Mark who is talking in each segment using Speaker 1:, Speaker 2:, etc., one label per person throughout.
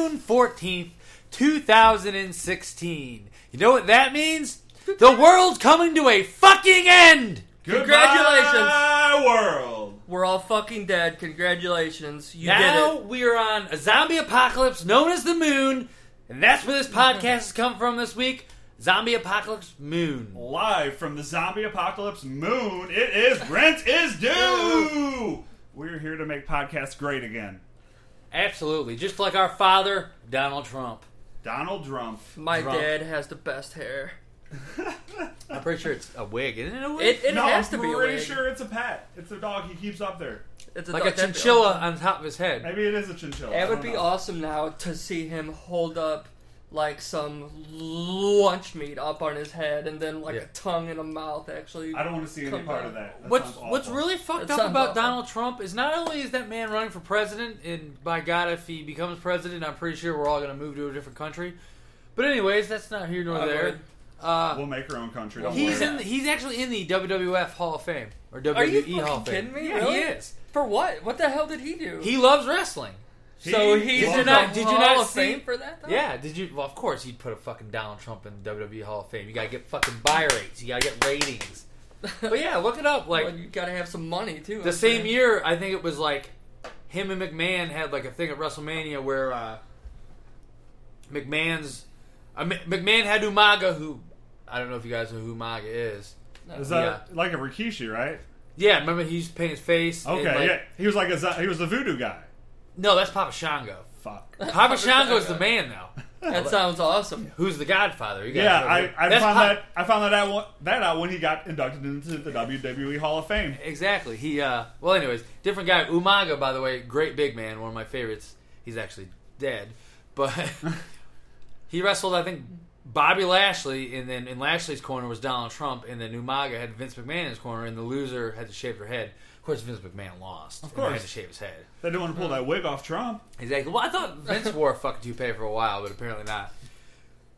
Speaker 1: 14th, 2016. You know what that means? The world's coming to a fucking end!
Speaker 2: Congratulations.
Speaker 3: world.
Speaker 2: We're all fucking dead. Congratulations. You
Speaker 1: now
Speaker 2: did
Speaker 1: we are on a zombie apocalypse known as the moon, and that's where this podcast has come from this week. Zombie apocalypse moon.
Speaker 3: Live from the zombie apocalypse moon, it is Rent is Due! We're here to make podcasts great again.
Speaker 1: Absolutely, just like our father, Donald Trump.
Speaker 3: Donald Trump.
Speaker 2: it. My
Speaker 1: Drunk.
Speaker 2: dad has the best hair.
Speaker 1: I'm pretty sure it's a wig, isn't it a wig?
Speaker 2: It, it
Speaker 3: no, I'm
Speaker 2: has to be a
Speaker 3: pretty
Speaker 2: wig.
Speaker 3: sure it's a pet. It's a dog he keeps up there.
Speaker 2: It's
Speaker 1: like a
Speaker 2: dog- that'd be
Speaker 1: chinchilla
Speaker 2: awesome.
Speaker 1: on top of his head.
Speaker 3: Maybe it is a chinchilla. I
Speaker 2: It would
Speaker 3: don't
Speaker 2: be
Speaker 3: know.
Speaker 2: awesome now to see him hold up like some lunch meat up on his head and then like
Speaker 1: Yeah.
Speaker 2: a tongue and a mouth actually.
Speaker 3: I don't want to see any
Speaker 2: Come
Speaker 3: part
Speaker 2: on.
Speaker 3: of that. that
Speaker 1: What's
Speaker 3: sounds awful.
Speaker 1: what's really fucked
Speaker 2: That
Speaker 1: up
Speaker 2: sounds
Speaker 1: about
Speaker 2: awful.
Speaker 1: Donald Trump is not only is that man running for president, and by God, if he becomes president, I'm pretty sure we're all going to move to a different country. But anyways, that's not here nor
Speaker 2: I
Speaker 1: there.
Speaker 2: would.
Speaker 1: Uh,
Speaker 3: We'll make our own country.
Speaker 2: Well,
Speaker 3: Don't
Speaker 1: he's
Speaker 3: worry.
Speaker 1: in. The, he's actually in the WWF Hall of Fame or WWE
Speaker 2: Are you
Speaker 1: Hall of Fame.
Speaker 2: fucking kidding me?
Speaker 1: Yeah,
Speaker 2: Really?
Speaker 1: he is.
Speaker 2: For what? What the hell did he do?
Speaker 1: He loves wrestling.
Speaker 3: He
Speaker 2: so he's
Speaker 1: Did you
Speaker 3: loves
Speaker 2: in
Speaker 3: it.
Speaker 1: not-
Speaker 2: the
Speaker 1: did you
Speaker 2: Hall
Speaker 1: not
Speaker 2: of
Speaker 1: see-
Speaker 2: Fame for that? Though?
Speaker 1: Yeah. Did you? Well, of course, you'd put a fucking Donald Trump in the WWE Hall of Fame. You gotta get fucking buy rates. You gotta get ratings. But yeah, look it up. Like
Speaker 2: Well, you gotta have some money too.
Speaker 1: the
Speaker 2: I'm
Speaker 1: same
Speaker 2: saying.
Speaker 1: year, I think it was like him and McMahon had like a thing at WrestleMania where uh, McMahon's uh, M- McMahon had Umaga, who I don't know if you guys know who Umaga is.
Speaker 3: Is that like a Rikishi, right?
Speaker 1: Yeah, remember he used to paint his face. and,
Speaker 3: Okay,
Speaker 1: like-
Speaker 3: yeah. He was like a zo- he was a voodoo guy.
Speaker 1: No, that's Papa Shango.
Speaker 3: Fuck.
Speaker 1: Papa Shango's the man though.
Speaker 2: That sounds awesome.
Speaker 1: Who's the Godfather? You guys
Speaker 3: Yeah,
Speaker 1: know
Speaker 3: I,
Speaker 1: who-
Speaker 3: I
Speaker 1: that's
Speaker 3: found
Speaker 1: Pop-
Speaker 3: that I found that out when- that out when he got inducted into the WWE Hall of Fame.
Speaker 1: Exactly. He uh well anyways, different guy. Umaga, by the way, great big man, one of my favorites. He's actually dead. But he wrestled I think Bobby Lashley and then in Lashley's corner was Donald Trump and then Umaga had Vince McMahon in his corner and the loser had to shave their head. Of course Vince McMahon lost. Of
Speaker 3: course.
Speaker 1: had to shave his head.
Speaker 3: They didn't want to pull that wig off Trump.
Speaker 1: Exactly. Well I thought Vince wore a fucking toupee for a while, but apparently not.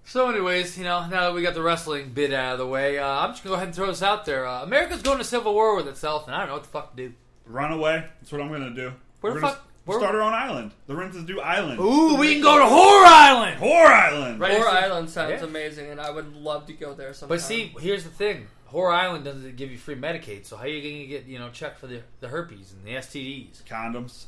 Speaker 1: So, anyways, you know, now that we got the wrestling bit out of the way, uh, I'm just gonna go ahead and throw this out there. Uh, America's going to civil war with itself, and I don't know what the fuck to do.
Speaker 3: Run away. That's what I'm going to do.
Speaker 1: Where
Speaker 3: We're
Speaker 1: the
Speaker 3: gonna
Speaker 1: fuck-
Speaker 3: s-
Speaker 1: where-
Speaker 3: start our own island. The Rent is Due Island.
Speaker 1: Ooh, we can go to Horror Island.
Speaker 3: Whore Island.
Speaker 1: Right.
Speaker 2: Or Island sounds
Speaker 1: Yeah.
Speaker 2: amazing, and I would love to go there sometime.
Speaker 1: But see, here's the thing: Horror Island doesn't give you free Medicaid, so how are you going to get you know checked for the, the herpes and the STDs?
Speaker 3: Condoms.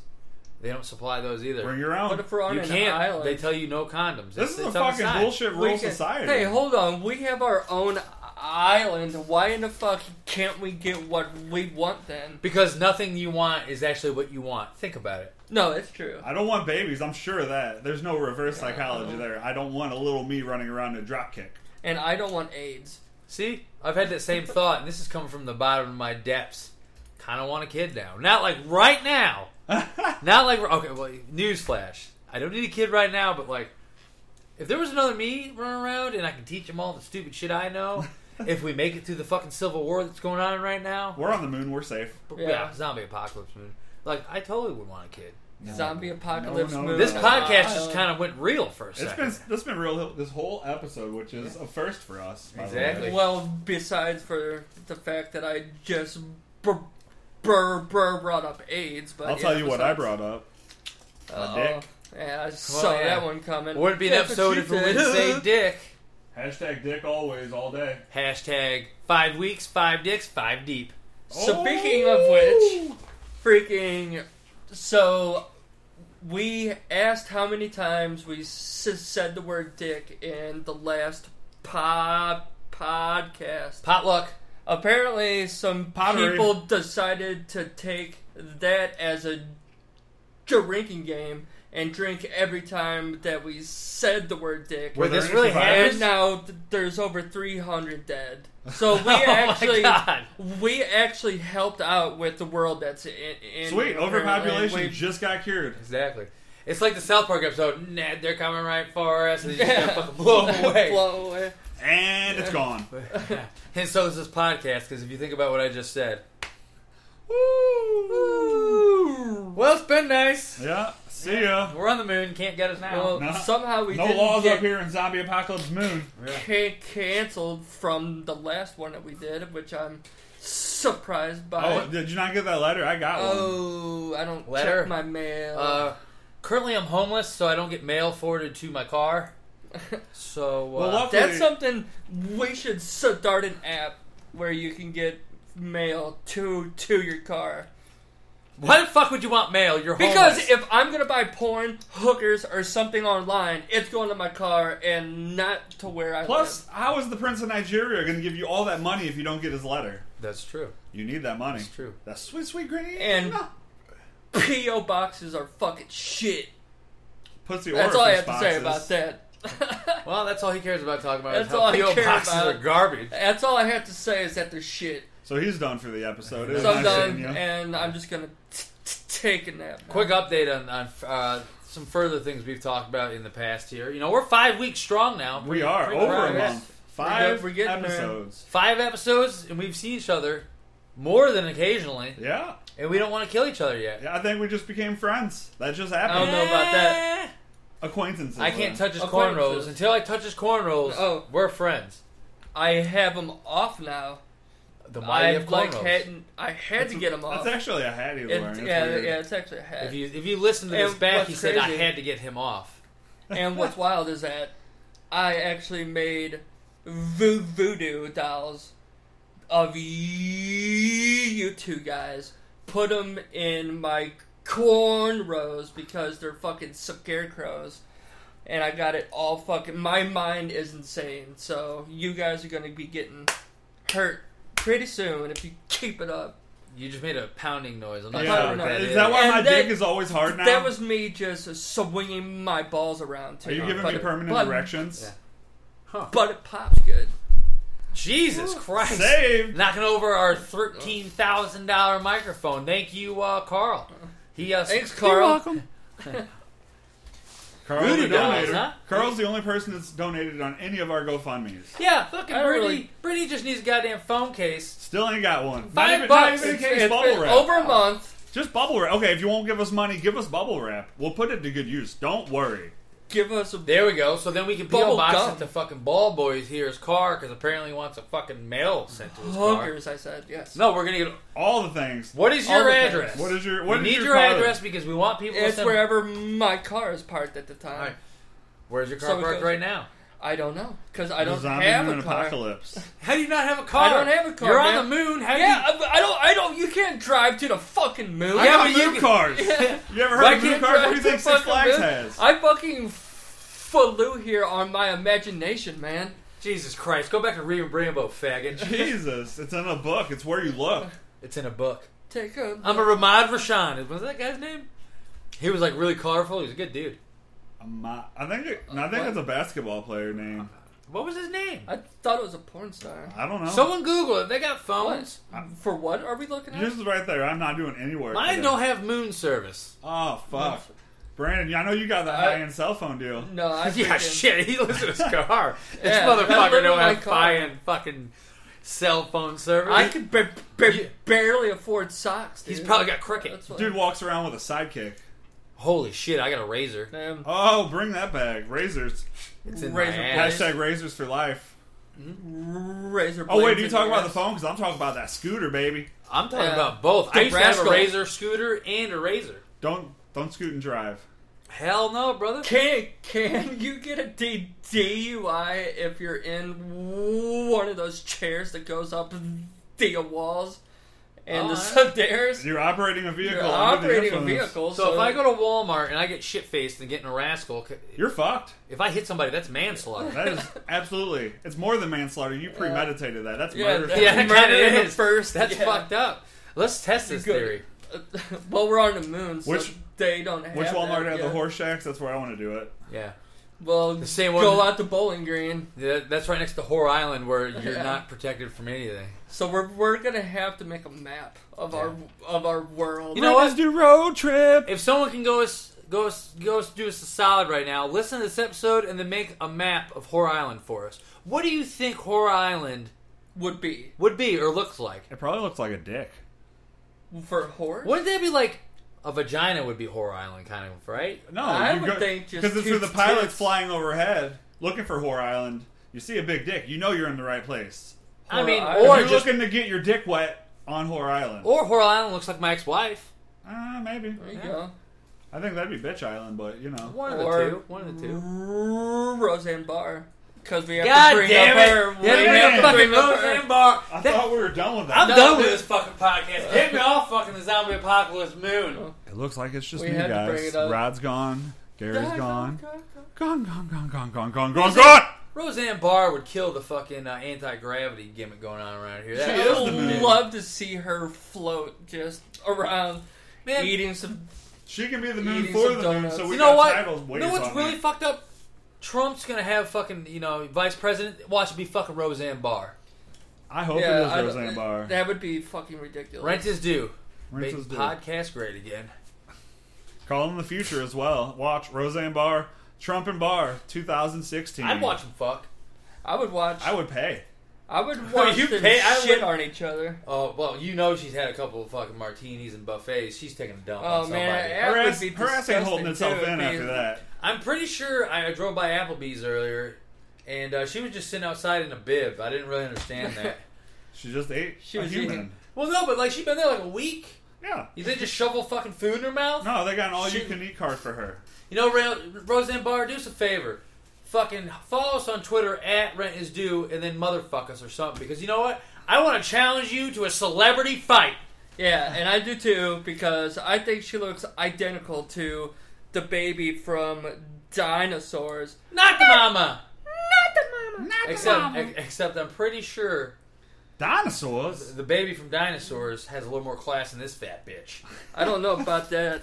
Speaker 1: They don't supply those either.
Speaker 3: Bring your own.
Speaker 2: what if we're on
Speaker 1: you
Speaker 2: an
Speaker 1: can't.
Speaker 2: island?
Speaker 1: They tell you no condoms. It's-
Speaker 3: this is a
Speaker 1: it's on the
Speaker 3: fucking
Speaker 1: side.
Speaker 3: bullshit
Speaker 2: We
Speaker 3: rural
Speaker 2: can-
Speaker 3: society.
Speaker 2: Hey, hold on. We have our own island. Why in the fuck can't we get what we want then?
Speaker 1: Because nothing you want is actually what you want. Think about it.
Speaker 2: No, it's true.
Speaker 3: I don't want babies. I'm sure of that. There's no reverse psychology there. I don't want a little me running around in a drop kick.
Speaker 2: And I don't want AIDS.
Speaker 1: See, I've had that same thought, and this is coming from the bottom of my depths. Kind of want a kid now. Not like right now. Not like okay. Well, newsflash: I don't need a kid right now, but like, if there was another me running around and I can teach them all the stupid shit I know, if we make it through the fucking civil war that's going on right now,
Speaker 3: We're on the moon. We're safe.
Speaker 1: yeah,
Speaker 2: Yeah.
Speaker 1: zombie apocalypse moon. Like, I totally would want a kid.
Speaker 2: Zombie apocalypse
Speaker 3: no,
Speaker 2: movie.
Speaker 1: This
Speaker 3: Yeah.
Speaker 1: podcast just kind of went real for a
Speaker 3: Uh, It's
Speaker 1: second.
Speaker 3: been this been real this whole episode, which is a first for us. by the way.
Speaker 1: Exactly.
Speaker 2: Well, besides for the fact that I just br- br- br- brought up AIDS, but
Speaker 3: I'll
Speaker 2: yeah,
Speaker 3: tell you what I
Speaker 2: besides-
Speaker 3: brought up.
Speaker 2: Uh-oh.
Speaker 3: dick.
Speaker 2: Yeah, I saw
Speaker 1: yeah.
Speaker 2: that one coming.
Speaker 1: Wouldn't be an
Speaker 2: That's what
Speaker 1: episode
Speaker 2: she
Speaker 1: if we
Speaker 2: said.
Speaker 1: didn't say dick.
Speaker 3: Hashtag dick always all day.
Speaker 1: Hashtag five weeks, five dicks, five deep.
Speaker 2: Speaking of which, freaking. So, we asked how many times we s- said the word dick in the last pod podcast.
Speaker 1: Potluck.
Speaker 2: Apparently, some
Speaker 3: Pottery.
Speaker 2: people decided to take that as a drinking game and drink every time that we said the word dick.
Speaker 1: Where
Speaker 3: Were there
Speaker 1: this
Speaker 3: any
Speaker 1: really
Speaker 3: survivors?
Speaker 1: happens.
Speaker 2: And now th- there's over 300 dead. So we
Speaker 1: Oh my
Speaker 2: actually
Speaker 1: God.
Speaker 2: we actually helped out with the world that's in. in
Speaker 3: Sweet overpopulation
Speaker 2: apparently. We-
Speaker 3: just got cured.
Speaker 1: Exactly. It's like the South Park episode. Nah, they're coming right for us, and they just
Speaker 2: Yeah.
Speaker 1: gotta fucking blow 'em away.
Speaker 2: Blow away.
Speaker 3: And it's gone.
Speaker 1: and so is this podcast. Because if you think about what I just said, well, it's been nice.
Speaker 3: Yeah. See ya.
Speaker 1: We're on the moon. Can't get us now.
Speaker 2: Well,
Speaker 3: No.
Speaker 2: somehow we
Speaker 3: No
Speaker 2: didn't
Speaker 3: laws
Speaker 2: get
Speaker 3: up here in Zombie Apocalypse Moon.
Speaker 1: Yeah.
Speaker 2: ca- canceled from the last one that we did, which I'm surprised by.
Speaker 3: Oh, did you not get that letter? I got Oh, one.
Speaker 2: Oh, I don't
Speaker 1: Letter?
Speaker 2: check my mail.
Speaker 1: Uh, Currently, I'm homeless, so I don't get mail forwarded to my car. So, uh,
Speaker 3: Well, luckily-
Speaker 2: That's something we should start an app where you can get mail to to your car.
Speaker 1: why the fuck would you want mail? You're
Speaker 2: Because
Speaker 1: homeless.
Speaker 2: if I'm gonna buy porn, hookers, or something online, it's going to my car and not to where I
Speaker 3: Plus, how is the Prince of Nigeria going to give you all that money if you don't get his letter?
Speaker 1: that's true.
Speaker 3: You need that money.
Speaker 1: That's true.
Speaker 3: That's sweet, sweet green.
Speaker 2: And- live. PO boxes are fucking shit.
Speaker 3: pussy orifice
Speaker 2: That's all I have
Speaker 3: boxes.
Speaker 2: to say about that.
Speaker 1: Well, that's all he cares about talking about.
Speaker 2: That's
Speaker 1: is how
Speaker 2: all I
Speaker 1: PO
Speaker 2: care
Speaker 1: boxes
Speaker 2: about.
Speaker 1: are garbage.
Speaker 2: That's all I have to say is that they're shit.
Speaker 3: So he's done for the episode. It was
Speaker 2: So I'm
Speaker 3: nice
Speaker 2: done,
Speaker 3: seeing you.
Speaker 2: and I'm just gonna t- t- take a nap. now.
Speaker 1: Quick update on, on uh, some further things we've talked about in the past here. You know, we're five weeks strong now.
Speaker 3: we are
Speaker 1: Pretty
Speaker 3: over a
Speaker 1: progress.
Speaker 3: month. Five
Speaker 2: we're getting there.
Speaker 3: episodes.
Speaker 1: Five episodes, and we've seen each other more than occasionally,
Speaker 3: Yeah.
Speaker 1: and we don't want to kill each other yet.
Speaker 3: Yeah, I think we just became friends. That just
Speaker 2: I don't
Speaker 3: happened.
Speaker 2: know about that.
Speaker 3: Acquaintances.
Speaker 1: I can't
Speaker 3: then.
Speaker 1: touch his
Speaker 2: Acquaintances.
Speaker 1: cornrows. Until I touch his cornrows,
Speaker 2: Oh.
Speaker 1: we're friends.
Speaker 2: I have them off now.
Speaker 1: The mighty
Speaker 2: I
Speaker 1: of
Speaker 2: like
Speaker 1: cornrows.
Speaker 2: hadn't. I had to get them off.
Speaker 3: That's actually a hat he's wearing.
Speaker 2: It's-
Speaker 3: It's
Speaker 2: yeah,
Speaker 3: weird.
Speaker 2: yeah, it's actually a hat.
Speaker 1: if you if you listen to this
Speaker 2: And
Speaker 1: back,
Speaker 2: what's
Speaker 1: he said I
Speaker 2: crazy-
Speaker 1: had to get him off.
Speaker 2: And what's wild is that I actually made vo- voodoo dolls of you two guys. Put them in my cornrows because they're fucking scarecrows. And I got it all fucking. My mind is insane. So you guys are going to be getting hurt pretty soon if you keep it up.
Speaker 1: You just made a pounding noise. I'm not
Speaker 3: Yeah.
Speaker 1: sure what that
Speaker 3: Is
Speaker 1: is.
Speaker 3: that why
Speaker 2: And
Speaker 3: my
Speaker 2: that-
Speaker 3: dick is always hard now?
Speaker 2: That was me just swinging my balls around. Too
Speaker 3: Are you giving
Speaker 2: But
Speaker 3: me
Speaker 2: it-
Speaker 3: permanent
Speaker 2: but-
Speaker 3: erections?
Speaker 1: Yeah. Huh.
Speaker 2: But it pops good.
Speaker 1: Jesus Christ!
Speaker 3: Saved.
Speaker 1: Knocking over our thirteen thousand dollar microphone. Thank you, uh, Carl. He uh,
Speaker 2: Thanks, Carl.
Speaker 3: Carl's
Speaker 1: Rudy
Speaker 3: a
Speaker 1: does,
Speaker 3: donator.
Speaker 1: huh?
Speaker 3: Carl's the only person that's donated on any of our GoFundmes.
Speaker 1: Yeah, fucking
Speaker 2: I
Speaker 1: Brittany.
Speaker 2: really-
Speaker 1: Brittany just needs a goddamn phone case.
Speaker 3: Still ain't got one. Not
Speaker 1: Five
Speaker 3: even- not
Speaker 1: bucks.
Speaker 3: even a
Speaker 1: It's-
Speaker 3: case
Speaker 2: It's
Speaker 3: bubble
Speaker 2: been
Speaker 3: wrap.
Speaker 2: over a month.
Speaker 3: Just bubble wrap. Okay, if you won't give us money, give us bubble wrap. We'll put it to good use. Don't worry.
Speaker 2: Give us a
Speaker 1: There we go. So then we can
Speaker 2: Bubble
Speaker 1: PO box
Speaker 2: gum.
Speaker 1: it to fucking ball boys here his car because apparently he wants a fucking mail sent to his car.
Speaker 2: hookers. I said yes.
Speaker 1: No, we're gonna get.
Speaker 3: All the things.
Speaker 1: What is
Speaker 2: All
Speaker 1: your
Speaker 2: the things.
Speaker 1: address?
Speaker 3: What is your? What
Speaker 1: we
Speaker 3: is
Speaker 1: need your,
Speaker 3: car-
Speaker 1: address because we want people to
Speaker 2: it's
Speaker 1: send.
Speaker 2: wherever my car is parked at the time.
Speaker 1: All right. Where's your car
Speaker 2: So we
Speaker 1: parked
Speaker 2: go-
Speaker 1: right now?
Speaker 2: I don't know because I
Speaker 3: The
Speaker 2: don't
Speaker 3: zombie
Speaker 2: have
Speaker 3: moon
Speaker 2: a car.
Speaker 3: apocalypse.
Speaker 1: How do you not have a car?
Speaker 2: I don't have a car,
Speaker 1: You're on
Speaker 2: man.
Speaker 1: the moon. How do
Speaker 2: Yeah, I, I don't. I don't. You can't drive to the fucking moon.
Speaker 3: I got
Speaker 1: but you
Speaker 3: moon
Speaker 1: can-
Speaker 3: cars. You ever heard
Speaker 2: I
Speaker 3: of moon
Speaker 2: can't
Speaker 3: cars?
Speaker 2: drive
Speaker 3: What do you
Speaker 2: to
Speaker 3: think
Speaker 2: fucking
Speaker 3: Six Flags
Speaker 2: moon.
Speaker 3: has?
Speaker 2: I fucking flew here on my imagination, man.
Speaker 1: you? Jesus Christ! Go back to reading Rambo, faggot.
Speaker 3: Jesus, it's in a book. It's where you look.
Speaker 1: it's in a book.
Speaker 2: Take a.
Speaker 1: I'm a Ramad Rashan. Was that guy's name? He was like really colorful. He was a good dude.
Speaker 3: I'm not- I think it, I think
Speaker 2: what?
Speaker 3: it's a basketball player name.
Speaker 1: What was his name?
Speaker 2: I thought it was a porn star.
Speaker 3: I don't know.
Speaker 1: Someone Google it. They got phones.
Speaker 2: What? For what are we looking at?
Speaker 3: Yours is right there. I'm not doing any work.
Speaker 1: Mine
Speaker 3: today.
Speaker 1: don't have moon service.
Speaker 3: Oh fuck, Brandon! I know you got the
Speaker 2: I-
Speaker 3: high end cell phone deal.
Speaker 2: No, I
Speaker 1: yeah,
Speaker 2: freaking-
Speaker 1: shit. He lives in his car. this
Speaker 2: Yeah, I
Speaker 1: motherfucker
Speaker 2: live in
Speaker 1: don't
Speaker 2: my
Speaker 1: have
Speaker 2: car.
Speaker 1: buying fucking cell phone service.
Speaker 2: I could ba- ba-
Speaker 1: You-
Speaker 2: barely afford socks. Dude.
Speaker 1: He's probably got cricket.
Speaker 2: That's what-
Speaker 3: Dude walks around with a sidekick.
Speaker 1: Holy shit! I got a razor.
Speaker 2: Damn.
Speaker 3: Oh, bring that back. Razors.
Speaker 1: It's in
Speaker 2: Razor
Speaker 1: my
Speaker 2: blade.
Speaker 1: ass.
Speaker 3: Hashtag razors for life.
Speaker 2: razor.
Speaker 3: Oh wait,
Speaker 2: blades
Speaker 3: do you
Speaker 2: in
Speaker 3: talk
Speaker 2: your
Speaker 3: about the
Speaker 2: ass.
Speaker 3: phone? Because I'm talking about that scooter, baby.
Speaker 1: I'm talking
Speaker 2: Yeah.
Speaker 1: about both. I
Speaker 2: The
Speaker 1: used to have a
Speaker 2: rascal.
Speaker 1: razor scooter and a razor.
Speaker 3: Don't don't scoot and drive.
Speaker 1: Hell no, brother.
Speaker 2: Can can you get a D- DUI if you're in one of those chairs that goes up the walls and the
Speaker 1: All
Speaker 2: stairs?
Speaker 3: You're operating a vehicle.
Speaker 2: You're
Speaker 3: under the
Speaker 2: operating a
Speaker 3: influence.
Speaker 2: vehicle.
Speaker 1: So if I go to Walmart and I get shit faced and get in a rascal, c-
Speaker 3: You're fucked.
Speaker 1: if I hit somebody, that's manslaughter.
Speaker 3: That is absolutely. It's more than manslaughter. You premeditated that. That's
Speaker 2: yeah,
Speaker 3: murder.
Speaker 2: that's
Speaker 1: Yeah, it
Speaker 2: murder
Speaker 1: kinda
Speaker 2: in the
Speaker 1: is.
Speaker 2: first.
Speaker 1: That's
Speaker 2: yeah.
Speaker 1: fucked up. Let's test this
Speaker 2: Good.
Speaker 1: theory.
Speaker 2: well, we're on the moon, so
Speaker 3: Which-
Speaker 2: they don't have
Speaker 3: Which Walmart
Speaker 2: that
Speaker 3: had the
Speaker 2: yet.
Speaker 3: horse shacks? That's where I want to do it.
Speaker 1: Yeah.
Speaker 2: Well,
Speaker 1: The same
Speaker 2: go
Speaker 1: one-
Speaker 2: out to Bowling Green.
Speaker 1: Yeah, That's right next to Whore Island where you're
Speaker 2: Yeah.
Speaker 1: not protected from anything.
Speaker 2: So we're we're gonna have to make a map of our of our world.
Speaker 1: You know what?
Speaker 3: do road trip.
Speaker 1: If someone can go us go us go us do us a solid right now, listen to this episode and then make a map of Whore Island for us. What do you think Whore Island
Speaker 2: would be
Speaker 1: would be or looks like?
Speaker 3: It probably looks like a dick.
Speaker 2: for horse.
Speaker 1: Wouldn't that be like a vagina would be Whore Island kind of, right?
Speaker 3: No,
Speaker 2: I
Speaker 3: you
Speaker 2: would think just
Speaker 3: because it's for the
Speaker 2: toots,
Speaker 3: pilots
Speaker 2: toots.
Speaker 3: flying overhead looking for Whore Island. You see a big dick, you know you're in the right place.
Speaker 1: I
Speaker 2: Whore
Speaker 1: mean,
Speaker 2: Island.
Speaker 1: or
Speaker 3: if you're
Speaker 1: just
Speaker 3: looking to get your dick wet on Whore Island,
Speaker 1: or Whore Island looks like my ex-wife.
Speaker 3: Ah, maybe.
Speaker 2: There you
Speaker 1: Yeah.
Speaker 2: go.
Speaker 3: I think that'd be Bitch Island, but you know.
Speaker 1: One of the
Speaker 2: Or-
Speaker 1: two. One of the two.
Speaker 2: Roseanne Barr. Because we have
Speaker 1: God
Speaker 2: to bring
Speaker 1: damn
Speaker 2: up
Speaker 1: it!
Speaker 2: her.
Speaker 1: Yeah,
Speaker 2: we
Speaker 1: we
Speaker 3: man.
Speaker 2: have to
Speaker 1: fucking
Speaker 2: bring up her.
Speaker 1: Roseanne Barr.
Speaker 3: I
Speaker 1: That-
Speaker 3: thought we were done with
Speaker 1: I'm
Speaker 3: that.
Speaker 2: No,
Speaker 1: done with
Speaker 2: dude.
Speaker 1: this fucking podcast. Hit me off fucking the zombie apocalypse moon.
Speaker 3: It looks like it's just
Speaker 2: We
Speaker 3: me,
Speaker 2: had to bring
Speaker 3: guys.
Speaker 2: it up.
Speaker 3: Rod's gone. Gary's
Speaker 2: God,
Speaker 3: gone.
Speaker 2: God, God.
Speaker 3: Gone, gone, gone, gone, gone, gone, gone, gone.
Speaker 1: Roseanne Barr would kill the fucking uh, anti gravity gimmick going on around here. That
Speaker 3: She is the
Speaker 2: I would
Speaker 3: moon.
Speaker 2: love to see her float just around
Speaker 1: man.
Speaker 2: eating some.
Speaker 3: She can be the moon
Speaker 2: Eating
Speaker 3: for
Speaker 2: some
Speaker 3: the moon,
Speaker 2: donuts.
Speaker 3: so we
Speaker 1: you know
Speaker 3: got
Speaker 1: what?
Speaker 3: titles
Speaker 1: You
Speaker 3: waiting
Speaker 1: know what's
Speaker 3: on
Speaker 1: really
Speaker 3: me.
Speaker 1: fucked up? Trump's gonna have fucking you know vice president. Watch it be fucking Roseanne Barr.
Speaker 3: I hope
Speaker 2: yeah, I
Speaker 3: it
Speaker 2: don't-
Speaker 3: is Roseanne Barr.
Speaker 2: That would be fucking ridiculous.
Speaker 1: Rent is due.
Speaker 3: Rinse
Speaker 1: Make
Speaker 3: is due.
Speaker 1: podcast great again.
Speaker 3: Call in the future as well. Watch Roseanne Barr, Trump and Barr, 2016.
Speaker 1: I'd watch him fuck.
Speaker 2: I would watch.
Speaker 3: I would pay.
Speaker 2: I would watch
Speaker 1: You
Speaker 2: them
Speaker 1: pay- I
Speaker 2: shit
Speaker 1: would-
Speaker 2: on each other.
Speaker 1: Oh well, you know she's had a couple of fucking martinis and buffets. She's taking a dump
Speaker 2: Oh,
Speaker 1: on somebody.
Speaker 2: man,
Speaker 3: Her
Speaker 2: That would
Speaker 3: ass,
Speaker 2: be
Speaker 3: her ass ain't holding
Speaker 2: disgusting,
Speaker 3: itself
Speaker 2: too.
Speaker 3: in
Speaker 2: It'd be-
Speaker 3: after that.
Speaker 1: I'm pretty sure I drove by Applebee's earlier, and uh, she was just sitting outside in a bib. I didn't really understand that.
Speaker 3: She just ate
Speaker 2: She
Speaker 3: a
Speaker 2: was
Speaker 3: human.
Speaker 2: eating-
Speaker 1: well, no, but like she'd been there like a week.
Speaker 3: Yeah.
Speaker 1: You think just shovel fucking food in her mouth?
Speaker 3: No, they got an
Speaker 1: She-
Speaker 3: all-you-can-eat card for her.
Speaker 1: You know, Ra- Roseanne Barr, do us a favor. Fucking follow us on Twitter at Rent Is Due, and then motherfuck us or something. Because you know what? I want to challenge you to a celebrity fight.
Speaker 2: Yeah, and I do too because I think she looks identical to the baby from Dinosaurs.
Speaker 1: Not the mama.
Speaker 2: Not the mama. Not
Speaker 1: Except, ex- except I'm pretty sure
Speaker 3: Dinosaurs?
Speaker 1: the baby from Dinosaurs has a little more class than this fat bitch.
Speaker 2: I don't know about that.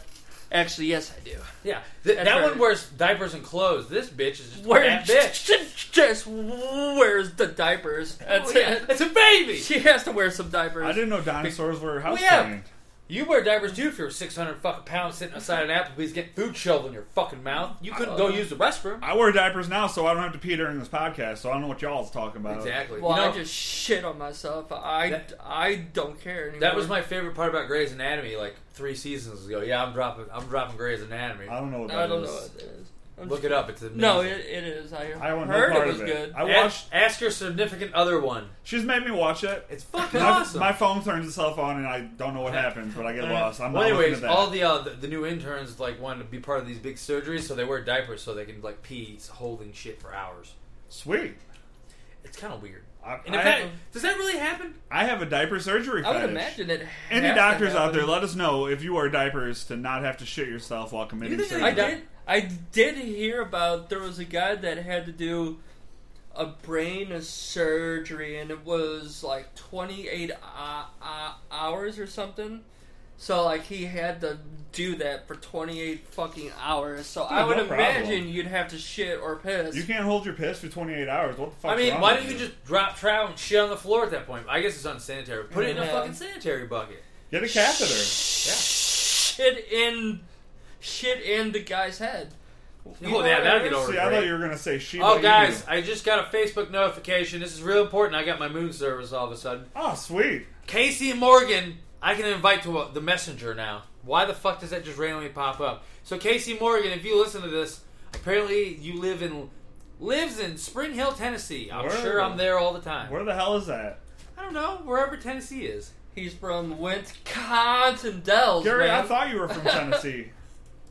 Speaker 2: Actually, yes, I do.
Speaker 1: Yeah, th-
Speaker 2: That's
Speaker 1: that
Speaker 2: right.
Speaker 1: one wears diapers and clothes. This bitch is just a
Speaker 2: Where
Speaker 1: fat bitch.
Speaker 2: just wears the diapers. That's
Speaker 1: Oh, yeah.
Speaker 2: it.
Speaker 1: It's a baby.
Speaker 2: She has to wear some diapers.
Speaker 3: I didn't know dinosaurs were house
Speaker 1: yeah.
Speaker 3: trained.
Speaker 1: You wear diapers too if you're 600 fucking pounds sitting outside an Applebee's getting food shoved in your fucking mouth. You couldn't go
Speaker 2: Uh,
Speaker 1: use the restroom.
Speaker 3: I wear diapers now, so I don't have to pee during this podcast. So I don't know what y'all's talking about.
Speaker 1: Exactly.
Speaker 2: uh, Well,
Speaker 1: You know,
Speaker 2: I just shit on myself. I
Speaker 1: That-
Speaker 2: I don't care anymore.
Speaker 1: that was my favorite part about Grey's Anatomy like three seasons ago. Yeah, I'm dropping. I'm dropping Grey's Anatomy.
Speaker 3: I don't know what that
Speaker 2: I don't
Speaker 3: is.
Speaker 2: know what it is. I'm
Speaker 1: Look
Speaker 2: just-
Speaker 1: it up. It's amazing.
Speaker 2: No, it, it is. I,
Speaker 3: I want no
Speaker 2: heard
Speaker 3: part
Speaker 2: it was
Speaker 3: of it.
Speaker 2: good.
Speaker 3: I watched.
Speaker 1: ask, ask your significant other one.
Speaker 3: She's made me watch it.
Speaker 1: It's fucking
Speaker 3: My,
Speaker 1: awesome.
Speaker 3: my phone turns itself on, and I don't know what happens, but I get lost. I'm
Speaker 1: well,
Speaker 3: not
Speaker 1: anyways,
Speaker 3: looking at that.
Speaker 1: all the, uh, the the new interns like wanted to be part of these big surgeries, so they wear diapers so they can like pee holding shit for hours.
Speaker 3: Sweet.
Speaker 1: It's kind of weird.
Speaker 3: I,
Speaker 1: And if
Speaker 3: I-
Speaker 1: that does that really happen?
Speaker 3: I have a diaper surgery
Speaker 2: I would
Speaker 3: fetish.
Speaker 2: imagine it.
Speaker 3: Any
Speaker 2: has to
Speaker 3: doctors out
Speaker 2: happen.
Speaker 3: there, let us know if you wear diapers to not have to shit yourself while committing
Speaker 1: think they-
Speaker 3: surgery.
Speaker 2: I did. I did hear about there was a guy that had to do a brain surgery, and it was like 28 uh, uh, hours or something. So like he had to do that for 28 fucking hours. So I
Speaker 3: no
Speaker 2: would
Speaker 3: problem.
Speaker 2: imagine you'd have to shit or piss.
Speaker 3: You can't hold your piss for 28 hours. What the fuck?
Speaker 1: I mean, why don't you just drop trout and shit on the floor at that point? I guess it's unsanitary. Put it in a
Speaker 2: Yeah.
Speaker 1: fucking sanitary bucket.
Speaker 3: get a catheter?
Speaker 2: shit in shit in the guy's head.
Speaker 1: Oh, yeah, that'll get over
Speaker 3: See,
Speaker 1: it.
Speaker 3: I thought
Speaker 1: great.
Speaker 3: you were gonna say she.
Speaker 1: Oh, guys, I just got a Facebook notification. This is real important. I got my moon service all of a sudden.
Speaker 3: Oh, sweet.
Speaker 1: Casey Morgan, I can invite to uh the messenger now. Why the fuck does that just randomly pop up? So Casey Morgan, if you listen to this, apparently you live in lives in Spring Hill, Tennessee. I'm
Speaker 3: Where?
Speaker 1: sure I'm there all the time.
Speaker 3: Where the hell is that?
Speaker 1: I don't know wherever Tennessee is.
Speaker 2: He's from Wisconsin Dells.
Speaker 3: Gary,
Speaker 2: man.
Speaker 3: I thought you were from Tennessee.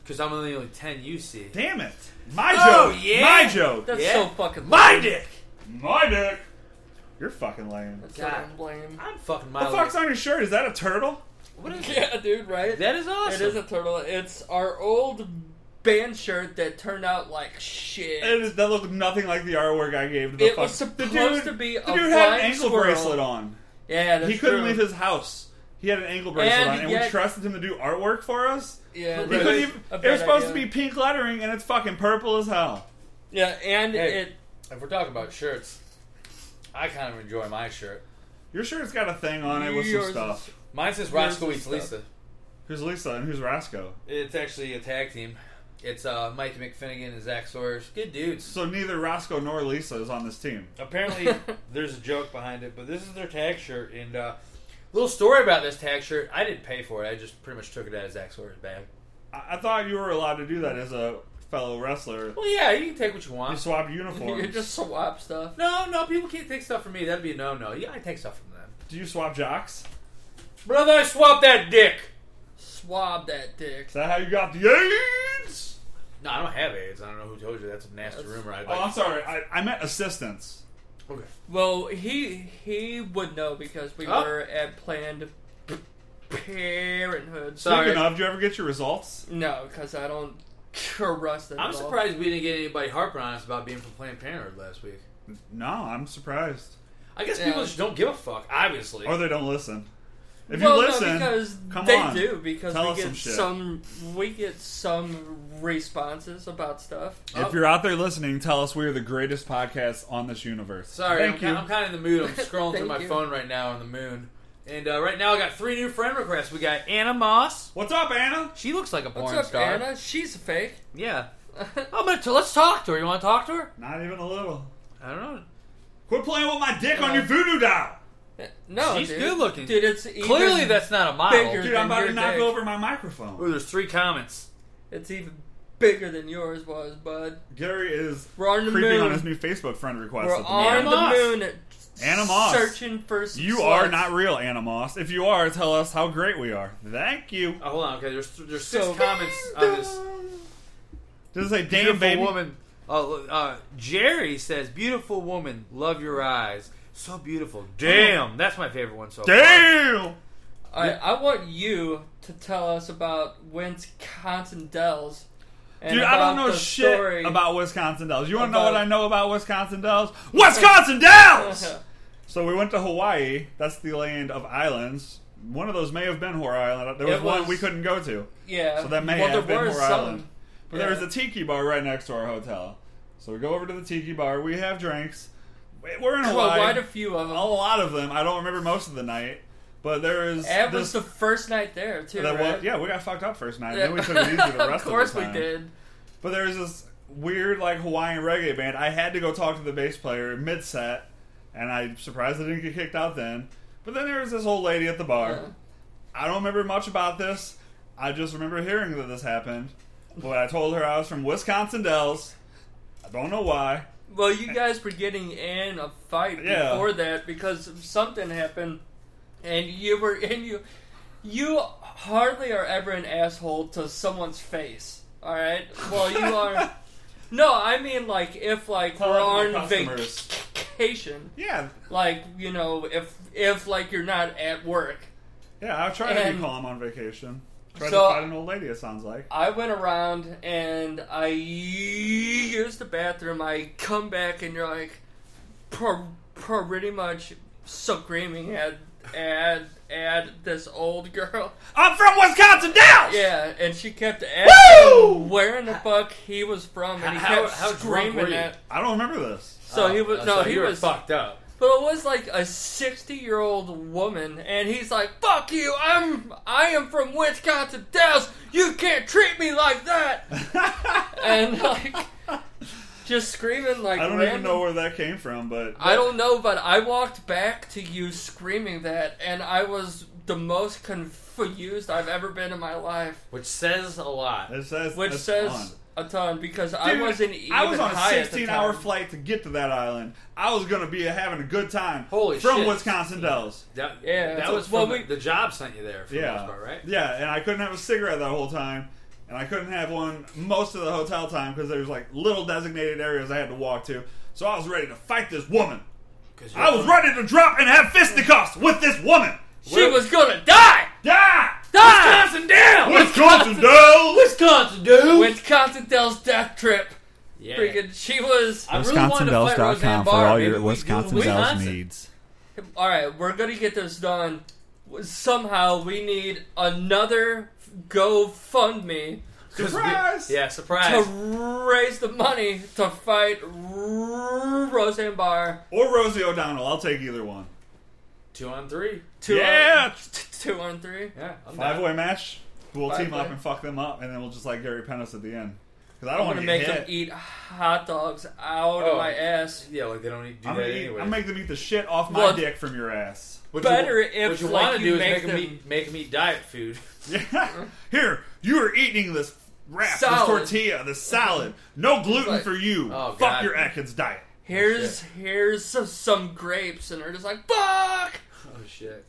Speaker 1: Because I'm only only ten you see.
Speaker 3: Damn it! My
Speaker 1: Oh,
Speaker 3: joke.
Speaker 1: yeah.
Speaker 3: My joke.
Speaker 2: that's
Speaker 1: Yeah.
Speaker 2: so fucking
Speaker 1: My
Speaker 2: lame.
Speaker 1: dick.
Speaker 3: My dick. You're fucking lame.
Speaker 2: That's
Speaker 1: God.
Speaker 2: fucking lame.
Speaker 1: I'm fucking my.
Speaker 3: What the fuck's on your shirt? Is that a turtle?
Speaker 1: What is it?
Speaker 2: Yeah, dude, right?
Speaker 1: That is awesome.
Speaker 2: It is a turtle. It's our old band shirt that turned out like shit.
Speaker 3: It is, that looked nothing like the artwork I gave to the
Speaker 2: It
Speaker 3: fuck.
Speaker 2: was supposed
Speaker 3: the dude,
Speaker 2: to be
Speaker 3: the
Speaker 2: a
Speaker 3: dude had an
Speaker 2: flying
Speaker 3: ankle
Speaker 2: squirrel.
Speaker 3: bracelet on.
Speaker 2: yeah, that's
Speaker 3: He couldn't
Speaker 2: true.
Speaker 3: leave his house. He had an ankle bracelet
Speaker 2: And
Speaker 3: on, and we
Speaker 2: yet-
Speaker 3: trusted him to do artwork for us. He
Speaker 2: Yeah, that
Speaker 3: couldn't
Speaker 2: is
Speaker 3: even,
Speaker 2: a
Speaker 3: it was
Speaker 2: bad
Speaker 3: supposed to
Speaker 2: idea.
Speaker 3: be pink lettering, and it's fucking purple as hell.
Speaker 2: Yeah, and
Speaker 1: Hey.
Speaker 2: it.
Speaker 1: If we're talking about shirts, I kind of enjoy my shirt.
Speaker 3: Your shirt's got a thing on it with
Speaker 2: Yours
Speaker 3: some
Speaker 2: is-
Speaker 3: stuff.
Speaker 1: Mine says
Speaker 2: Here's
Speaker 1: Roscoe
Speaker 2: the
Speaker 1: eats
Speaker 2: stuff.
Speaker 1: Lisa.
Speaker 3: Who's Lisa and who's Rasco?
Speaker 1: It's actually a tag team. It's uh, Mike McFinnigan and Zach Sawyers. Good dudes.
Speaker 3: So neither Rasco nor Lisa is on this team.
Speaker 1: Apparently, there's a joke behind it, but this is their tag shirt. And uh, little story about this tag shirt. I didn't pay for it. I just pretty much took it out of Zach Sawyer's bag.
Speaker 3: I, I thought you were allowed to do that as a fellow wrestler.
Speaker 1: Well, yeah, you can take what you
Speaker 3: You
Speaker 1: want.
Speaker 3: swap
Speaker 2: You
Speaker 3: uniforms.
Speaker 2: just swap stuff.
Speaker 1: No, no, people can't take stuff from me. That'd be a no-no. Yeah, I take stuff from them.
Speaker 3: Do you swap jocks?
Speaker 1: Brother, I swapped that dick.
Speaker 2: Sw- swab that dick.
Speaker 3: Is that how you got the AIDS?
Speaker 1: No, I don't have AIDS. I don't know who told you. That's a nasty
Speaker 2: That's-
Speaker 1: rumor. I
Speaker 3: Oh, I'm
Speaker 1: like.
Speaker 3: sorry. I, I meant assistance.
Speaker 1: Okay.
Speaker 2: Well, he he would know because we
Speaker 1: Oh.
Speaker 2: were at Planned Parenthood.
Speaker 1: So- Sorry.
Speaker 3: Speaking of, do you ever get your results?
Speaker 2: no, because I don't trust them.
Speaker 1: I'm
Speaker 2: at all.
Speaker 1: surprised we didn't get anybody harping on us about being from Planned Parenthood last week.
Speaker 3: No, I'm surprised.
Speaker 1: I guess
Speaker 2: Yeah.
Speaker 1: people just don't give a fuck. Obviously.
Speaker 3: Or they don't listen. If
Speaker 2: well,
Speaker 3: you listen,
Speaker 2: no, because
Speaker 3: come
Speaker 2: they
Speaker 3: on.
Speaker 2: do because
Speaker 3: Tell
Speaker 2: we
Speaker 3: us
Speaker 2: get
Speaker 3: some shit.
Speaker 2: we get some responses about stuff.
Speaker 3: if you're out there listening, tell us we are the greatest podcast on this universe.
Speaker 1: Sorry,
Speaker 3: Thank
Speaker 1: I'm,
Speaker 3: you.
Speaker 1: Kind, I'm kind of in the mood. I'm scrolling through
Speaker 2: Thank
Speaker 1: my
Speaker 2: you.
Speaker 1: phone right now on the moon, and uh, right now I got three new friend requests. We got Anna Moss.
Speaker 3: What's up, Anna?
Speaker 1: She looks like a porn
Speaker 2: What's up,
Speaker 1: star.
Speaker 2: Anna? She's a fake.
Speaker 1: Yeah. I'm gonna t- let's talk to her. You want to talk to her?
Speaker 3: Not even a little.
Speaker 1: I don't know.
Speaker 3: Quit playing with my
Speaker 2: Uh,
Speaker 3: dick on your voodoo doll.
Speaker 2: no,
Speaker 1: She's
Speaker 2: dude.
Speaker 1: good looking.
Speaker 2: Dude, it's even,
Speaker 1: Clearly, that's not a model.
Speaker 2: bigger.
Speaker 3: Dude, I'm about to
Speaker 2: Your
Speaker 3: knock
Speaker 2: dick.
Speaker 3: over my
Speaker 1: Ooh,
Speaker 3: microphone.
Speaker 1: there's three comments.
Speaker 2: it's even bigger than yours was, bud.
Speaker 3: Gary is
Speaker 2: We're on the
Speaker 3: creeping
Speaker 2: moon.
Speaker 3: on his new Facebook friend request.
Speaker 2: We're
Speaker 3: at the
Speaker 2: on
Speaker 3: moment.
Speaker 1: Anna Moss.
Speaker 2: the moon.
Speaker 3: Anna Moss.
Speaker 2: Searching for some
Speaker 3: You
Speaker 2: sluts.
Speaker 3: are not real, Anna Moss. If you are, tell us how great we are. Thank you.
Speaker 1: Oh, hold on. Okay, there's th- there's six
Speaker 2: So-
Speaker 1: comments on this
Speaker 3: Does it say damn
Speaker 1: beautiful
Speaker 3: baby?
Speaker 1: woman. Uh, uh, Jerry says, "Beautiful woman, love your eyes, so beautiful."
Speaker 2: Oh.
Speaker 1: Damn, that's my favorite one so far.
Speaker 3: Damn.
Speaker 2: I, I want you to tell us about Wisconsin Dells. And
Speaker 3: Dude, I don't
Speaker 2: about
Speaker 3: know
Speaker 2: the
Speaker 3: shit
Speaker 2: story.
Speaker 3: about Wisconsin Dells. You want to know what
Speaker 2: about-
Speaker 3: I know about Wisconsin Dells? Wisconsin Dells! so we went to Hawaii. That's the land of islands. One of those may have been Horror Island. There was,
Speaker 2: It
Speaker 3: one
Speaker 2: was-
Speaker 3: we couldn't go to.
Speaker 2: yeah.
Speaker 3: So that may
Speaker 2: well,
Speaker 3: have
Speaker 2: there
Speaker 3: been
Speaker 2: were
Speaker 3: Horror
Speaker 2: some.
Speaker 3: Island. But
Speaker 2: Yeah.
Speaker 3: there was a tiki bar right next to our hotel. So we go over to the tiki bar. We have drinks. We're in
Speaker 2: Well,
Speaker 3: Hawaii.
Speaker 2: quite a few of them.
Speaker 3: a lot of them. I don't remember most of the night, but there is
Speaker 2: That
Speaker 3: this-
Speaker 2: was the first night there too,
Speaker 3: that
Speaker 2: right?
Speaker 3: was- yeah, we got fucked up first night. and Then we took it easy the rest
Speaker 2: of course
Speaker 3: the time.
Speaker 2: we did.
Speaker 3: But there was this weird like Hawaiian reggae band. I had to go talk to the bass player mid set, and I'm surprised I didn't get kicked out then. But then there was this old lady at the bar.
Speaker 2: Yeah.
Speaker 3: I don't remember much about this. I just remember hearing that this happened. But I told her I was from Wisconsin Dells. I don't know why.
Speaker 2: Well, you guys were getting in a fight
Speaker 3: Yeah.
Speaker 2: before that because something happened, and you were and you you hardly are ever an asshole to someone's face. All right. Well, you are. no, I mean like if like
Speaker 3: Tell
Speaker 2: we're
Speaker 3: all my
Speaker 2: on
Speaker 3: customers.
Speaker 2: vacation,
Speaker 3: Yeah,
Speaker 2: like you know if if like you're not at work.
Speaker 3: yeah. I tried to be
Speaker 2: And-
Speaker 3: calm on vacation. Tried
Speaker 2: So-
Speaker 3: to fight an old lady. It sounds like.
Speaker 2: I went around and I used the bathroom. I come back and you're like pr- pretty much screaming at at at this old girl.
Speaker 3: I'm from Wisconsin Dells.
Speaker 2: Yeah, and she kept asking where in the fuck he was from, and he
Speaker 1: How-
Speaker 2: kept
Speaker 1: how drunk were
Speaker 2: screaming
Speaker 1: you?
Speaker 2: at.
Speaker 3: I don't remember this.
Speaker 2: So
Speaker 1: Oh,
Speaker 2: he was
Speaker 1: uh,
Speaker 2: no,
Speaker 1: so
Speaker 2: he
Speaker 1: you were
Speaker 2: was.
Speaker 1: fucked up.
Speaker 2: But it was like a sixty-year-old woman, and he's like, "Fuck you! I'm I am from Wisconsin Dells. You can't treat me like that." and like just screaming like
Speaker 3: I don't
Speaker 2: random.
Speaker 3: even know where that came from, but
Speaker 2: I don't know, but I walked back to you screaming that, and I was the most confused I've ever been in my life,
Speaker 1: Which says a lot.
Speaker 3: It says
Speaker 2: which
Speaker 3: it's
Speaker 2: says a ton because
Speaker 3: on.
Speaker 2: I
Speaker 3: Dude,
Speaker 2: wasn't even
Speaker 3: I was on a
Speaker 2: high at the
Speaker 3: 16 hour
Speaker 2: time.
Speaker 3: flight to get to that island. I was gonna be having a good time.
Speaker 1: Holy
Speaker 3: from
Speaker 1: shit.
Speaker 3: Wisconsin Dells.
Speaker 1: That,
Speaker 2: Yeah,
Speaker 1: that
Speaker 2: so-
Speaker 1: was
Speaker 2: well,
Speaker 1: from
Speaker 2: we-
Speaker 1: the, the job sent you there for the
Speaker 3: Yeah,
Speaker 1: most part, right?
Speaker 3: yeah, and I couldn't have a cigarette that whole time, and I couldn't have one most of the hotel time because there's like little designated areas I had to walk to. So I was ready to fight this woman.
Speaker 1: 'Cause you're
Speaker 3: I was
Speaker 1: from-
Speaker 3: ready to drop and have fisticuffs with this woman.
Speaker 2: She was gonna die.
Speaker 3: Yeah,
Speaker 2: Die.
Speaker 1: Wisconsin down.
Speaker 3: Wisconsin Dells.
Speaker 1: Wisconsin, dude.
Speaker 2: Wisconsin Dells death trip.
Speaker 1: yeah.
Speaker 2: Freaking, she was.
Speaker 1: I really wanted to fight Roseanne Barr. Maybe we do Wisconsin.
Speaker 3: needs.
Speaker 2: All right, we're gonna get this done. Somehow, we need another GoFundMe
Speaker 1: 'Cause we-
Speaker 3: Surprise.
Speaker 1: yeah,
Speaker 2: to
Speaker 1: surprise.
Speaker 2: raise the money to fight Roseanne Barr.
Speaker 3: Or Rosie O'Donnell. I'll take either one.
Speaker 1: Two on three.
Speaker 2: Two
Speaker 3: Yeah.
Speaker 2: on, two on three.
Speaker 1: Yeah, I'm
Speaker 3: Five
Speaker 1: down.
Speaker 3: way match. We'll team
Speaker 2: Five-way.
Speaker 3: up and fuck them up, and then we'll just like Gary Pennis at the end. Because I
Speaker 2: I'm
Speaker 3: don't
Speaker 2: gonna
Speaker 3: want to
Speaker 2: make
Speaker 3: get
Speaker 2: them
Speaker 3: hit.
Speaker 2: eat hot dogs out
Speaker 1: Oh.
Speaker 2: of my ass.
Speaker 1: Yeah, like they don't need to do
Speaker 3: I'm
Speaker 1: that
Speaker 3: gonna eat,
Speaker 1: anyway.
Speaker 3: I'm make them eat the shit off my
Speaker 2: Well-
Speaker 3: dick from your ass.
Speaker 1: What
Speaker 2: Better
Speaker 1: you,
Speaker 2: if,
Speaker 1: what you
Speaker 2: like,
Speaker 1: want to
Speaker 2: you
Speaker 1: do is
Speaker 2: make
Speaker 1: make them
Speaker 2: them-
Speaker 1: eat, make them eat diet food.
Speaker 3: Here, you are eating this wrap,
Speaker 2: Salad.
Speaker 3: this tortilla, this salad. No gluten
Speaker 2: Like-
Speaker 3: for you.
Speaker 1: Oh,
Speaker 3: fuck
Speaker 1: God.
Speaker 3: your Atkins diet.
Speaker 2: Here's here's some, some grapes, and they're just like fuck.
Speaker 1: Oh shit.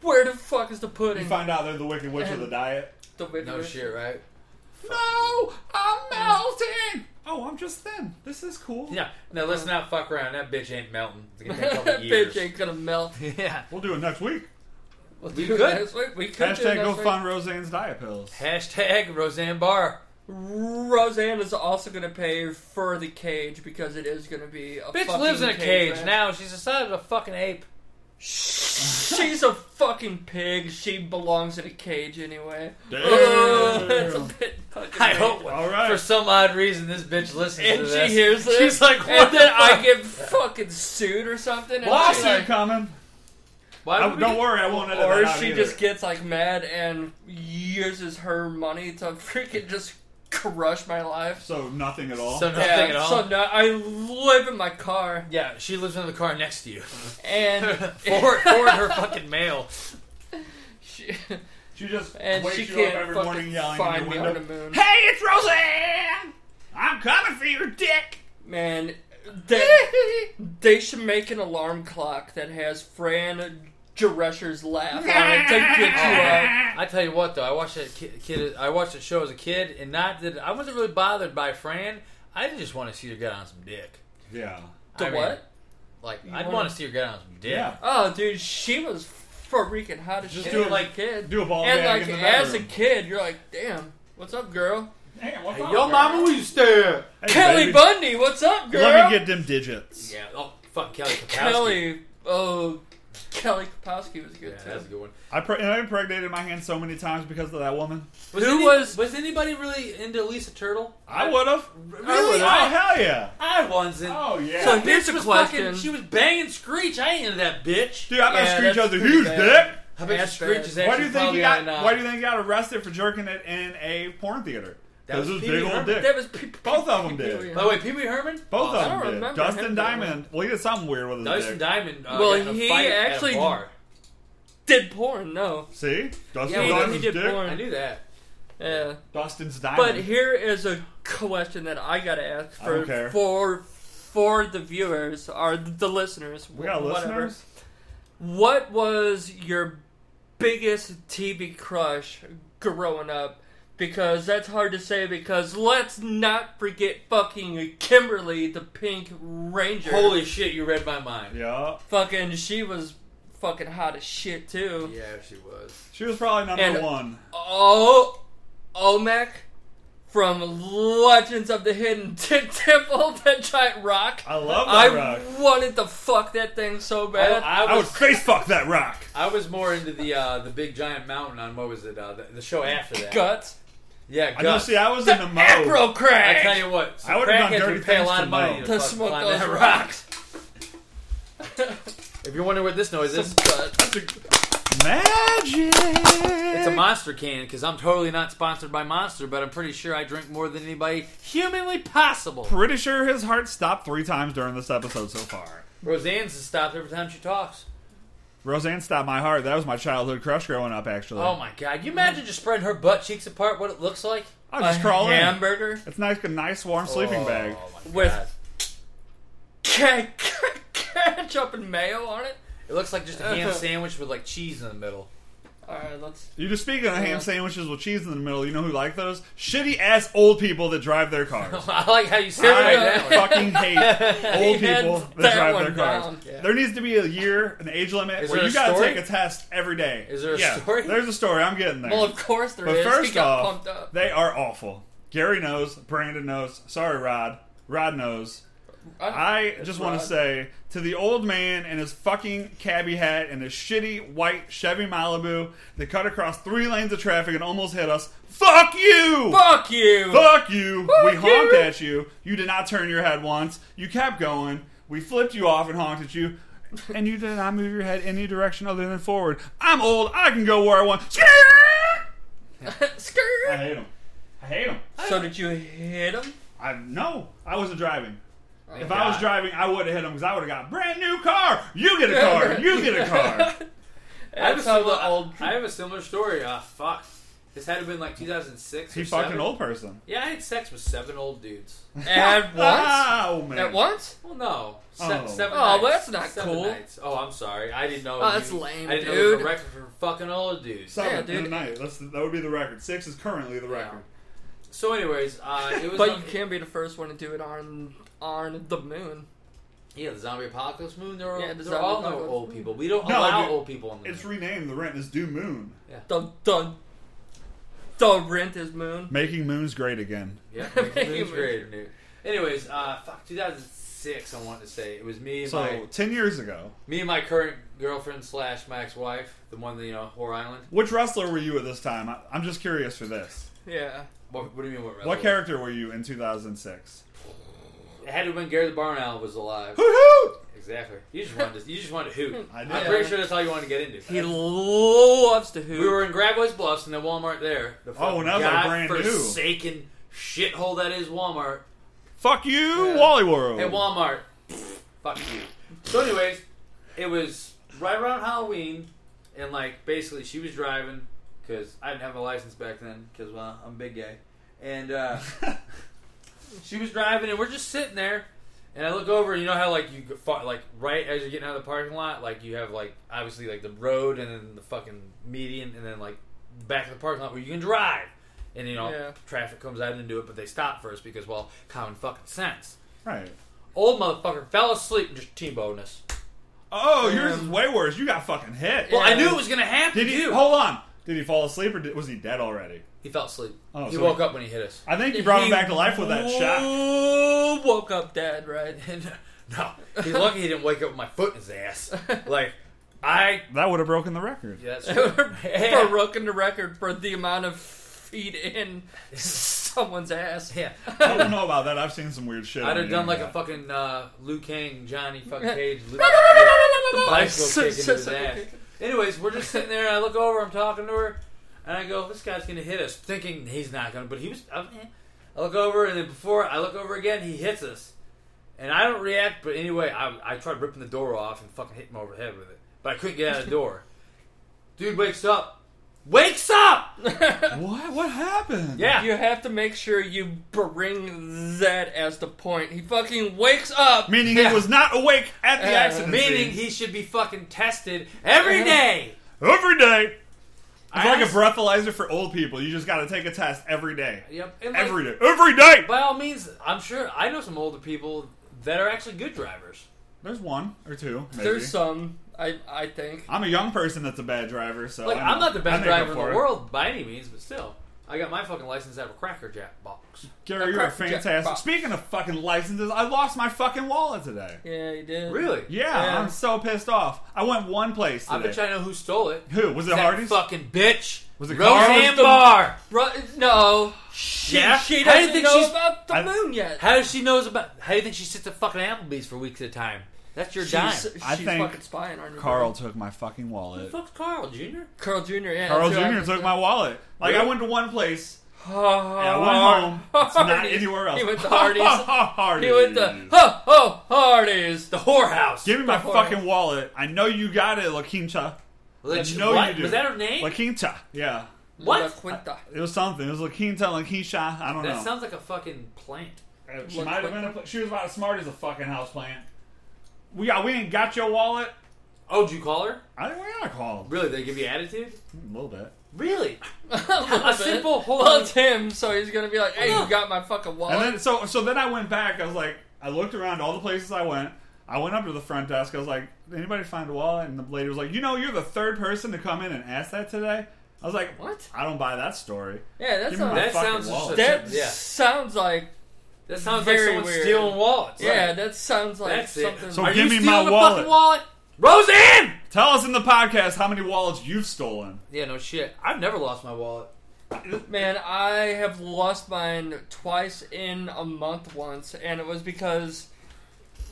Speaker 2: Where the fuck is the
Speaker 3: You
Speaker 2: pudding?
Speaker 3: find out they're the Wicked Witch of the diet.
Speaker 2: The
Speaker 1: No
Speaker 2: winner.
Speaker 1: shit, right?
Speaker 3: No, I'm melting. Oh, I'm just thin. This is cool.
Speaker 1: Yeah. Now let's not fuck around. That bitch ain't melting. It's gonna take a
Speaker 2: that
Speaker 1: couple years.
Speaker 2: bitch ain't gonna melt.
Speaker 1: yeah.
Speaker 3: We'll do it next week.
Speaker 2: We'll
Speaker 1: We
Speaker 2: do it
Speaker 1: could.
Speaker 2: next week. We could do it
Speaker 3: Hashtag
Speaker 2: next
Speaker 3: go
Speaker 2: week.
Speaker 3: find Roseanne's diet pills.
Speaker 1: Hashtag Roseanne Barr.
Speaker 2: Roseanne is also gonna pay for the cage because it is gonna be a
Speaker 1: Bitch
Speaker 2: fucking
Speaker 1: lives in a cage
Speaker 2: man.
Speaker 1: now. She's decided to fucking ape.
Speaker 2: She's a fucking pig. She belongs in a cage anyway.
Speaker 3: Damn.
Speaker 2: Ugh, that's a bit fucking
Speaker 1: I
Speaker 2: weird.
Speaker 1: hope
Speaker 3: All right.
Speaker 1: for some odd reason this bitch listens to
Speaker 2: And she
Speaker 1: this.
Speaker 2: hears this.
Speaker 1: She's like, what
Speaker 2: and then
Speaker 1: the
Speaker 2: I
Speaker 1: fuck?
Speaker 2: get fucking sued or something. And
Speaker 3: Lawsuit
Speaker 2: she, like,
Speaker 3: coming.
Speaker 1: Why
Speaker 3: I,
Speaker 1: would we
Speaker 3: don't
Speaker 1: get-
Speaker 3: worry, I won't edit
Speaker 2: or
Speaker 3: that out
Speaker 2: she
Speaker 3: either.
Speaker 2: just gets like mad and uses her money to freaking just crush my life.
Speaker 3: So nothing at all.
Speaker 1: So nothing
Speaker 2: yeah,
Speaker 1: at all.
Speaker 2: So now I live in my car
Speaker 1: yeah, she lives in the car next to you.
Speaker 2: and
Speaker 1: forward, forward her fucking mail.
Speaker 2: she,
Speaker 3: she just
Speaker 2: and
Speaker 3: wakes
Speaker 2: she
Speaker 3: you up
Speaker 2: can't
Speaker 3: every
Speaker 2: fucking
Speaker 3: morning yelling in
Speaker 2: find
Speaker 3: your
Speaker 2: me
Speaker 3: window.
Speaker 2: on the moon.
Speaker 3: Hey, it's Roseanne. I'm coming for your dick.
Speaker 2: Man, they, they should make an alarm clock that has Fran Drescher's laugh on it to get you up.
Speaker 1: I tell you what, though, I watched that kid, kid. I watched that show as a kid, and not that I wasn't really bothered by Fran. I just want to see her get on some dick.
Speaker 3: Yeah.
Speaker 2: The
Speaker 1: I mean,
Speaker 2: what?
Speaker 1: Like,
Speaker 2: You
Speaker 1: I'd
Speaker 2: wanna-
Speaker 1: want to see her get on some dick.
Speaker 3: Yeah.
Speaker 2: Oh, dude, she was freaking hot as
Speaker 3: Just
Speaker 2: shit
Speaker 3: do it
Speaker 2: as
Speaker 3: like-
Speaker 2: a kid.
Speaker 3: Do a ball
Speaker 2: and
Speaker 3: gag
Speaker 2: like
Speaker 3: in the
Speaker 2: as a
Speaker 3: bedroom.
Speaker 2: kid, you're like, damn, what's up, girl?
Speaker 3: Hey, what's
Speaker 1: Hey,
Speaker 3: up,
Speaker 1: yo,
Speaker 3: girl?
Speaker 1: mama, will you stay? up?
Speaker 3: Hey,
Speaker 2: Kelly
Speaker 3: baby.
Speaker 2: Bundy, what's up, girl?
Speaker 3: Let me get them digits.
Speaker 1: Yeah. Oh, fuck Kelly Kapowski.
Speaker 2: Kelly. Oh, Kelly Kapowski was
Speaker 1: Yeah,
Speaker 2: good
Speaker 1: that's a
Speaker 2: too.
Speaker 1: good one.
Speaker 3: I pre- I impregnated my hand so many times because of that woman.
Speaker 1: Was
Speaker 2: Who
Speaker 1: any-
Speaker 2: was-
Speaker 1: was anybody really into Lisa Turtle?
Speaker 3: I would have.
Speaker 1: Really?
Speaker 3: Oh hell yeah.
Speaker 1: I wasn't.
Speaker 3: Oh yeah.
Speaker 2: So-
Speaker 1: Bitch
Speaker 2: Here's the
Speaker 1: was
Speaker 2: question.
Speaker 1: Fucking, she was banging Screech. I ain't into that bitch.
Speaker 3: Dude, I
Speaker 2: Yeah,
Speaker 3: bet Screech
Speaker 2: that's
Speaker 3: has a
Speaker 2: pretty
Speaker 3: huge
Speaker 2: bad.
Speaker 3: dick.
Speaker 1: I bet
Speaker 2: That's
Speaker 1: Screech
Speaker 2: bad.
Speaker 1: is
Speaker 2: Why
Speaker 1: actually
Speaker 3: Why do you think
Speaker 1: probably
Speaker 3: he got?
Speaker 1: on, uh,
Speaker 3: Why do you think he got arrested for jerking it in a porn theater?
Speaker 1: That
Speaker 3: Because
Speaker 1: was
Speaker 3: his
Speaker 1: Pee Wee
Speaker 3: big old
Speaker 1: Herman.
Speaker 3: dick.
Speaker 2: That was pe-
Speaker 3: Both of 'em did.
Speaker 2: pe-
Speaker 1: By the way, Pee Wee Herman. uh,
Speaker 3: Both of
Speaker 2: I don't
Speaker 3: them did.
Speaker 2: remember him
Speaker 3: Dustin
Speaker 2: doing
Speaker 3: Diamond. Well, he did something weird with his
Speaker 1: Dustin
Speaker 3: dick.
Speaker 1: Diamond. Uh,
Speaker 2: Well,
Speaker 1: got in a
Speaker 2: he
Speaker 1: fight at a
Speaker 2: actually-
Speaker 1: bar.
Speaker 2: did porn? No.
Speaker 3: See, Dustin
Speaker 2: Yeah, he did-
Speaker 3: Diamond's
Speaker 2: he did
Speaker 3: dick.
Speaker 2: porn.
Speaker 1: I knew that.
Speaker 2: Yeah.
Speaker 3: Dustin's Diamond.
Speaker 2: But here is a question that I gotta ask
Speaker 3: I don't
Speaker 2: for
Speaker 3: care.
Speaker 2: for for the viewers or the listeners.
Speaker 3: we got
Speaker 2: whatever.
Speaker 3: listeners.
Speaker 2: What was your biggest TV crush growing up? Because that's hard to say. Because let's not forget fucking Kimberly, the Pink Ranger.
Speaker 1: Holy shit, you read my mind.
Speaker 3: Yeah,
Speaker 2: fucking, she was fucking hot as shit too.
Speaker 1: Yeah, she was.
Speaker 3: she was probably number
Speaker 2: And-
Speaker 3: one.
Speaker 2: Oh, Omek from Legends of the Hidden T- Temple, that giant rock.
Speaker 3: I love that
Speaker 2: I
Speaker 3: rock.
Speaker 2: wanted to fuck that thing so bad.
Speaker 1: Oh, I,
Speaker 3: I would
Speaker 1: was
Speaker 3: face fuck that rock.
Speaker 1: I was more into the uh, the big giant mountain on what was it uh, the, the show after that?
Speaker 2: Guts.
Speaker 1: Yeah,
Speaker 3: I know.
Speaker 1: Gus.
Speaker 3: See, I was in the mode.
Speaker 2: Acro
Speaker 1: Oh, I tell
Speaker 2: crack.
Speaker 1: you what, some
Speaker 3: I would've done
Speaker 1: crackheads
Speaker 3: dirty
Speaker 1: would pay a
Speaker 3: things
Speaker 1: lot
Speaker 3: to
Speaker 1: of money
Speaker 3: Mo.
Speaker 1: to,
Speaker 2: To
Speaker 1: fuck
Speaker 2: smoke
Speaker 1: climb
Speaker 2: those
Speaker 1: that rock.
Speaker 2: rocks.
Speaker 1: If you're wondering what this noise is,
Speaker 2: Some guts.
Speaker 3: Magic.
Speaker 1: it's a monster can because I'm totally not sponsored by Monster, but I'm pretty sure I drink more than anybody humanly possible.
Speaker 3: Pretty sure his heart stopped three times during this episode so far.
Speaker 1: Roseanne's has stopped every time she talks.
Speaker 3: Roseanne stopped my heart. That was my childhood crush growing up. Actually,
Speaker 1: Oh my god, you imagine just spreading her butt cheeks apart? What it looks like?
Speaker 3: I'll just
Speaker 2: A
Speaker 3: crawl in.
Speaker 2: hamburger.
Speaker 3: It's nice, a nice warm sleeping
Speaker 1: oh,
Speaker 3: bag.
Speaker 1: my
Speaker 2: With-
Speaker 1: God.
Speaker 2: Ca- ca- Ketchup and mayo on it.
Speaker 1: It looks like just a ham sandwich with like cheese in the middle.
Speaker 2: All right, let's.
Speaker 3: You just speaking of
Speaker 2: Yeah.
Speaker 3: ham sandwiches with cheese in the middle. You know who like those? Shitty ass old people that drive their cars.
Speaker 1: I like how you said
Speaker 2: Alright,
Speaker 1: it Oh
Speaker 3: I
Speaker 1: right now.
Speaker 3: fucking hate old
Speaker 2: He had
Speaker 3: people that,
Speaker 2: that
Speaker 3: drive
Speaker 2: one
Speaker 3: their cars.
Speaker 2: down.
Speaker 1: Yeah.
Speaker 3: There needs to be a year, an age limit,
Speaker 1: Is
Speaker 3: where
Speaker 1: there
Speaker 3: you
Speaker 1: a
Speaker 3: gotta
Speaker 1: story?
Speaker 3: take a test every day.
Speaker 1: Is there a
Speaker 3: Yeah,
Speaker 1: story?
Speaker 3: There's a story. I'm getting there.
Speaker 2: Well, of course there
Speaker 3: but
Speaker 2: is.
Speaker 3: first
Speaker 2: he got
Speaker 3: off,
Speaker 2: pumped up.
Speaker 3: they are awful. Gary knows. Brandon knows. Sorry, Rod. Rod knows. I just want
Speaker 2: Rod.
Speaker 3: to say to the old man in his fucking cabbie hat and his shitty white Chevy Malibu that cut across three lanes of traffic and almost hit us. Fuck you!
Speaker 2: Fuck you.
Speaker 3: Fuck you! we
Speaker 2: Fuck
Speaker 3: honked
Speaker 2: you.
Speaker 3: at you. You did not turn your head once. You kept going. We flipped you off and honked at you. And you did not move your head any direction other than forward. I'm old. I can go where I want. Skrrr! I
Speaker 2: Skirt.
Speaker 3: hate him. I hate him.
Speaker 2: So did you hit him?
Speaker 3: I no. I wasn't driving. If
Speaker 1: God.
Speaker 3: I was driving, I would have hit him because I would have got brand new car. You get a car. You get a car.
Speaker 1: I have, a
Speaker 2: That's how
Speaker 1: similar,
Speaker 2: the old
Speaker 1: I have a similar story. Ah, fuck. This had to have been like 2006.
Speaker 3: He
Speaker 1: or
Speaker 3: fucked an
Speaker 1: seven.
Speaker 3: old person.
Speaker 1: Yeah, I had sex with seven old dudes.
Speaker 2: At once?
Speaker 3: Oh, man.
Speaker 2: At once?
Speaker 1: Well, no, Se-
Speaker 3: Oh.
Speaker 1: seven.
Speaker 2: Oh,
Speaker 1: nights.
Speaker 2: well, that's not
Speaker 1: Seven
Speaker 2: cool.
Speaker 1: Nights. Oh, I'm sorry. I didn't know.
Speaker 2: Oh, that's
Speaker 1: you-
Speaker 2: lame,
Speaker 1: I didn't know there was
Speaker 2: dude.
Speaker 1: a record for fucking old dudes.
Speaker 3: Seven
Speaker 2: Yeah,
Speaker 3: in
Speaker 2: dude.
Speaker 3: the night. That's the, that would be the record. Six is currently the record.
Speaker 1: So, anyways, uh, it was.
Speaker 2: But
Speaker 1: on-
Speaker 2: you can be the first one to do it on on the moon.
Speaker 1: Yeah, the zombie apocalypse moon. There were
Speaker 2: Yeah, the
Speaker 1: there are all no
Speaker 2: zombie apocalypse
Speaker 1: old
Speaker 2: moon.
Speaker 1: people. We don't
Speaker 3: No,
Speaker 1: allow
Speaker 3: dude,
Speaker 1: old people on the
Speaker 3: It's
Speaker 1: moon.
Speaker 3: renamed. The rent is due moon.
Speaker 2: The the the rent is moon.
Speaker 3: Making moons great again.
Speaker 1: Yeah,
Speaker 2: Make it
Speaker 1: moon's
Speaker 2: moon.
Speaker 1: great, dude. Anyways, uh, fuck, 2006. I wanted to say it was me and
Speaker 3: So
Speaker 1: my
Speaker 3: ten years ago,
Speaker 1: me and my current girlfriend slash my ex wife, the one that you know, Whore Island.
Speaker 3: which wrestler were you at this time? I, I'm just curious for this.
Speaker 2: Yeah.
Speaker 1: What, what do you mean? What?
Speaker 3: What
Speaker 1: wrestler?
Speaker 3: character were you in 2006?
Speaker 1: It had to have been Gary the Barn Owl was alive.
Speaker 3: Woohoo!
Speaker 1: Exactly. You just wanted to, you just wanted to hoot.
Speaker 3: I did.
Speaker 1: I'm pretty sure that's all you wanted to get into.
Speaker 2: He loves to hoot.
Speaker 1: we were in Grabois Bluffs in the Walmart there. The fucking
Speaker 3: now they're brand new.
Speaker 1: godforsaken shithole that is Walmart.
Speaker 3: Fuck you,
Speaker 2: Yeah.
Speaker 3: Wally World.
Speaker 1: At Walmart. Fuck you. So, anyways, it was right around Halloween, and like basically she was driving because I didn't have a license back then because well I'm big gay, and uh, she was driving and we're just sitting there, and I look over and you know how like you go fa- like right as you're getting out of the parking lot like you have like obviously like the road and then the fucking median and then like back of the parking lot where you can drive. And you know,
Speaker 2: Yeah.
Speaker 1: traffic comes out into it, but they stop first because, well, common fucking sense.
Speaker 3: Right.
Speaker 1: Old motherfucker fell asleep and just T-boned us.
Speaker 3: Oh,
Speaker 2: Yeah.
Speaker 3: yours is way worse. You got fucking hit.
Speaker 1: Well, I
Speaker 2: Yeah.
Speaker 1: knew it was gonna happen.
Speaker 3: Did he?
Speaker 1: too.
Speaker 3: Hold on. Did he fall asleep or did, was he dead already?
Speaker 1: He fell asleep.
Speaker 3: Oh,
Speaker 1: he
Speaker 3: so
Speaker 1: woke
Speaker 3: he-
Speaker 1: up when he hit us.
Speaker 3: I think you brought him back to life with that shot.
Speaker 2: Ooh, woke up dead, right?
Speaker 1: And, no, he's lucky he didn't wake up with my foot in his ass. Like I,
Speaker 3: That would have broken the record.
Speaker 1: yeah, that's
Speaker 2: For broken the record for the amount of feet in someone's ass.
Speaker 1: yeah.
Speaker 3: I don't know about that. I've seen some weird shit.
Speaker 1: I'd
Speaker 3: on
Speaker 1: have
Speaker 3: the
Speaker 1: done like a
Speaker 3: internet.
Speaker 1: fucking uh, Liu Kang, Johnny fucking Cage, Liu, the bicycle kick into his ass. Anyways, we're just sitting there, and I look over, I'm talking to her, and I go, "This guy's gonna hit us," thinking he's not gonna, but he was. I'm, eh. I look over, and then before I look over again, he hits us, and I don't react. But anyway, I, I tried ripping the door off and fucking hit him over the head with it, but I couldn't get out of the door. Dude wakes up, wakes up.
Speaker 3: What? What happened?
Speaker 1: Yeah,
Speaker 2: You have to make sure you bring that as the point. He fucking wakes up.
Speaker 3: Meaning
Speaker 1: Yeah.
Speaker 3: he was not awake at the
Speaker 2: Uh,
Speaker 3: accident.
Speaker 1: meaning
Speaker 3: scene.
Speaker 1: he should be fucking tested every day.
Speaker 3: every day. It's
Speaker 1: I
Speaker 3: like a
Speaker 1: asked-
Speaker 3: breathalyzer for old people. You just got to take a test every day.
Speaker 1: Yep. and like-
Speaker 3: Every day. Every day.
Speaker 1: By all means, I'm sure I know some older people that are actually good drivers.
Speaker 3: There's one or two. Maybe.
Speaker 2: There's some, I I think.
Speaker 3: I'm a young person that's a bad driver, so
Speaker 1: Like,
Speaker 3: I
Speaker 1: I'm
Speaker 3: know.
Speaker 1: not the best
Speaker 3: I make up
Speaker 1: driver in the
Speaker 3: for it.
Speaker 1: world by any means, but still, I got my fucking license out of a Cracker Jack box.
Speaker 3: Gary,
Speaker 2: A
Speaker 3: you're a
Speaker 2: crack-
Speaker 3: fantastic.
Speaker 2: jackpot.
Speaker 3: Speaking of fucking licenses, I lost my fucking wallet today.
Speaker 2: Yeah, he did.
Speaker 1: Really?
Speaker 3: Yeah,
Speaker 2: Yeah.
Speaker 3: I'm so pissed off. I went one place
Speaker 1: I
Speaker 3: today.
Speaker 1: bet you I know who stole it.
Speaker 3: Who was it?
Speaker 1: That
Speaker 3: Hardy's.
Speaker 1: fucking bitch.
Speaker 3: Was it
Speaker 1: Roseanne
Speaker 3: Carl's?
Speaker 1: Barr?
Speaker 2: Ru- no. She,
Speaker 1: Yeah?
Speaker 2: she
Speaker 1: How do you
Speaker 2: doesn't
Speaker 1: think
Speaker 2: know
Speaker 1: she's-
Speaker 2: about the
Speaker 3: I-
Speaker 2: moon yet.
Speaker 1: How does she knows about? How do you think she sits at fucking Applebee's for weeks at a time? That's your
Speaker 2: She's,
Speaker 1: dime.
Speaker 2: she's
Speaker 3: I think
Speaker 2: fucking spying on you.
Speaker 3: Carl took my fucking
Speaker 1: Who the
Speaker 3: wallet.
Speaker 1: fuck's Carl Jr.?
Speaker 2: Carl Jr. Yeah,
Speaker 3: Carl
Speaker 2: that's who I-
Speaker 3: Jr. took my wallet. Like I
Speaker 1: Really?
Speaker 3: went to one place.
Speaker 2: Oh,
Speaker 3: And I went home. It's not anywhere else.
Speaker 2: He went to
Speaker 3: Hardy's.
Speaker 2: Hardee's.
Speaker 3: Hardee's.
Speaker 2: he went to ho ho Hardee's.
Speaker 1: The whorehouse.
Speaker 3: Give me my
Speaker 2: Before-
Speaker 3: fucking wallet. I know you got it, La Quinta.
Speaker 1: Like,
Speaker 3: I know
Speaker 1: what?
Speaker 3: you do.
Speaker 1: Was that her name?
Speaker 3: La Quinta. Yeah.
Speaker 1: What?
Speaker 2: La Quinta.
Speaker 3: It was something. It was La Quinta, La Quinta. I don't
Speaker 1: that
Speaker 3: know.
Speaker 1: sounds like a fucking plant.
Speaker 3: Uh, she
Speaker 2: La
Speaker 3: might have
Speaker 2: Quinta.
Speaker 3: been. A, pla- she was about as smart as a fucking houseplant. We got. We ain't got your wallet.
Speaker 1: Oh, did you call her?
Speaker 3: I think we gotta call.
Speaker 1: Really? They give you attitude?
Speaker 3: A little bit.
Speaker 1: Really?
Speaker 2: little
Speaker 1: A
Speaker 2: bit.
Speaker 1: simple hold on.
Speaker 2: Loved him, so he's gonna be like, "Hey, you got my fucking
Speaker 3: And
Speaker 2: wallet."
Speaker 3: then so so then I went back. I was like, I looked around all the places I went. I went up to the front desk. I was like, "Did anybody find a wallet? And the lady was like, you know, you're the third person to come in and ask that today. I was like,
Speaker 2: What?
Speaker 3: I don't buy that story.
Speaker 2: yeah, that
Speaker 3: Give me my
Speaker 2: sounds.
Speaker 1: That
Speaker 3: fucking
Speaker 1: sounds
Speaker 3: wallet.
Speaker 1: just
Speaker 2: That
Speaker 1: Yeah.
Speaker 2: sounds like.
Speaker 1: That sounds
Speaker 2: Very
Speaker 1: like someone
Speaker 2: weird.
Speaker 1: stealing wallets.
Speaker 2: Yeah,
Speaker 1: Like,
Speaker 2: that sounds like
Speaker 1: that's
Speaker 2: something.
Speaker 1: it.
Speaker 3: So
Speaker 1: Are
Speaker 3: give
Speaker 1: you
Speaker 3: me my
Speaker 1: stealing the
Speaker 3: wallet.
Speaker 1: fucking wallet, Roseanne?
Speaker 3: Tell us in the podcast how many wallets you've stolen.
Speaker 1: Yeah, no shit. I've never lost my wallet.
Speaker 2: Man, I have lost mine twice in a month once, and it was because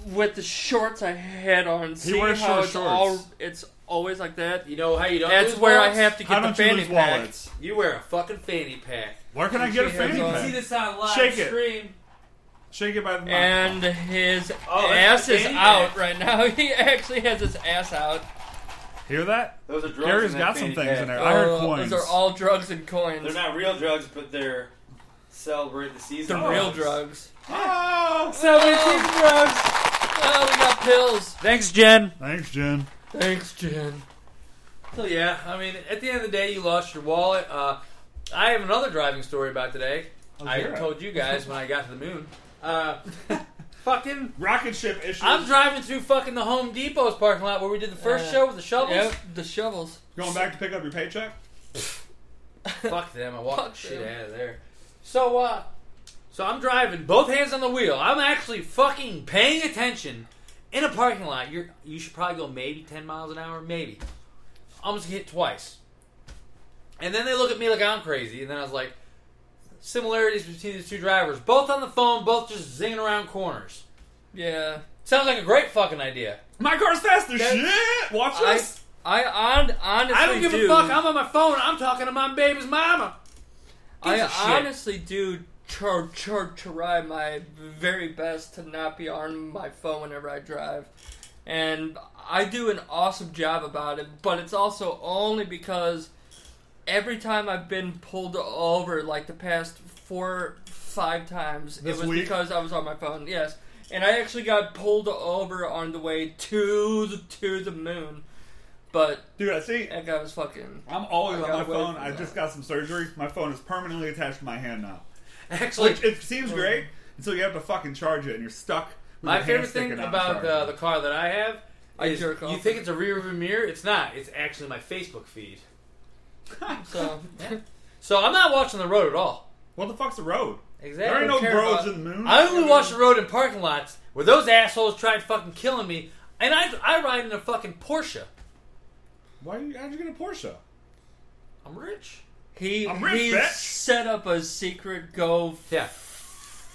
Speaker 2: with the shorts I had on. He
Speaker 3: wears
Speaker 2: how
Speaker 3: short
Speaker 2: it's
Speaker 3: shorts.
Speaker 2: All, it's always like that.
Speaker 1: You know how you don't.
Speaker 2: That's
Speaker 1: lose
Speaker 2: where I
Speaker 1: wallets?
Speaker 2: have to get
Speaker 3: How
Speaker 2: the
Speaker 3: don't you
Speaker 2: fanny
Speaker 3: lose
Speaker 2: pack.
Speaker 3: wallets?
Speaker 1: You wear a fucking fanny pack.
Speaker 3: Where can I get a
Speaker 2: She has
Speaker 3: fanny
Speaker 2: on-
Speaker 1: See
Speaker 3: pack?
Speaker 1: this on live
Speaker 3: Shake it.
Speaker 1: stream.
Speaker 3: Shake it by the mouth.
Speaker 2: And his
Speaker 1: Oh, that's
Speaker 2: ass
Speaker 1: the
Speaker 2: is
Speaker 1: fanny
Speaker 2: out
Speaker 1: pack.
Speaker 2: right now. He actually has his ass out.
Speaker 3: Hear that?
Speaker 4: Those are drugs.
Speaker 3: Gary's
Speaker 4: in that
Speaker 3: got some
Speaker 4: fanny
Speaker 3: things
Speaker 4: pack.
Speaker 3: in there. I heard
Speaker 2: Uh,
Speaker 3: coins.
Speaker 2: Those are all drugs and coins.
Speaker 4: They're not real drugs, but they're celebrate the season.
Speaker 2: They're real drugs.
Speaker 3: Oh!
Speaker 1: So many cheap drugs.
Speaker 2: Oh, we got pills.
Speaker 1: Thanks, Jen.
Speaker 3: Thanks, Jen.
Speaker 2: Thanks, Jen.
Speaker 1: So yeah, I mean, at the end of the day, you lost your wallet. Uh, I have another driving story about today.
Speaker 3: Let's
Speaker 1: I
Speaker 3: hear it.
Speaker 1: told you guys when I got to the moon. Uh, fucking,
Speaker 3: Rocket ship issues.
Speaker 1: I'm driving through fucking the Home Depot's parking lot where we did the first
Speaker 2: Uh,
Speaker 1: show with the shovels.
Speaker 2: Yep, the shovels.
Speaker 3: Going back to pick up your paycheck?
Speaker 1: Fuck them! I walked
Speaker 2: Fuck
Speaker 1: the shit
Speaker 2: them.
Speaker 1: out of there. So, uh, so I'm driving, both hands on the wheel. I'm actually fucking paying attention in a parking lot. You're you should probably go maybe ten miles an hour, maybe. Almost get hit twice. And then they look at me like I'm crazy, and then I was like, similarities between these two drivers, both on the phone, both just zinging around corners.
Speaker 2: Yeah.
Speaker 1: Sounds like a great fucking idea.
Speaker 3: My car's fast as
Speaker 2: That-
Speaker 3: shit! Watch
Speaker 2: I,
Speaker 3: this!
Speaker 2: I on, honestly
Speaker 1: I don't give
Speaker 2: do,
Speaker 1: a fuck. I'm on my phone. I'm talking to my baby's mama.
Speaker 2: I
Speaker 1: gives a shit.
Speaker 2: honestly do tr- tr- try my very best to not be on my phone whenever I drive. And I do an awesome job about it, but it's also only because every time I've been pulled over, like the past four, five times,
Speaker 3: This
Speaker 2: it was
Speaker 3: week?
Speaker 2: because I was on my phone. Yes, and I actually got pulled over on the way to the to the moon, but
Speaker 3: Dude, I see.
Speaker 2: that guy was fucking.
Speaker 3: I'm always
Speaker 2: I
Speaker 3: on
Speaker 2: got
Speaker 3: my
Speaker 2: away
Speaker 3: phone.
Speaker 2: from
Speaker 3: I
Speaker 2: that.
Speaker 3: just got some surgery. My phone is permanently attached to my hand now.
Speaker 1: Actually,
Speaker 3: Which it seems great until you have to fucking charge it and you're stuck. With
Speaker 1: My
Speaker 3: your hand
Speaker 1: favorite thing
Speaker 3: sticking out
Speaker 1: about uh,
Speaker 3: charging.
Speaker 1: the, the car that I have
Speaker 2: I
Speaker 1: is
Speaker 2: jerk
Speaker 1: you
Speaker 2: off.
Speaker 1: think it's a rear view mirror. It's not. It's actually my Facebook feed.
Speaker 2: So
Speaker 1: So I'm not watching the road at all.
Speaker 3: What the fuck's the road? There
Speaker 1: Exactly.
Speaker 3: ain't no
Speaker 2: care
Speaker 3: roads
Speaker 2: about-
Speaker 3: in the moon.
Speaker 1: I only watch the road in parking lots where those assholes tried fucking killing me, and I I ride in a fucking Porsche.
Speaker 3: Why are you, how'd you get a Porsche?
Speaker 1: I'm rich.
Speaker 2: he
Speaker 3: I'm rich,
Speaker 2: he
Speaker 3: bitch.
Speaker 2: set up a secret go
Speaker 1: Yeah.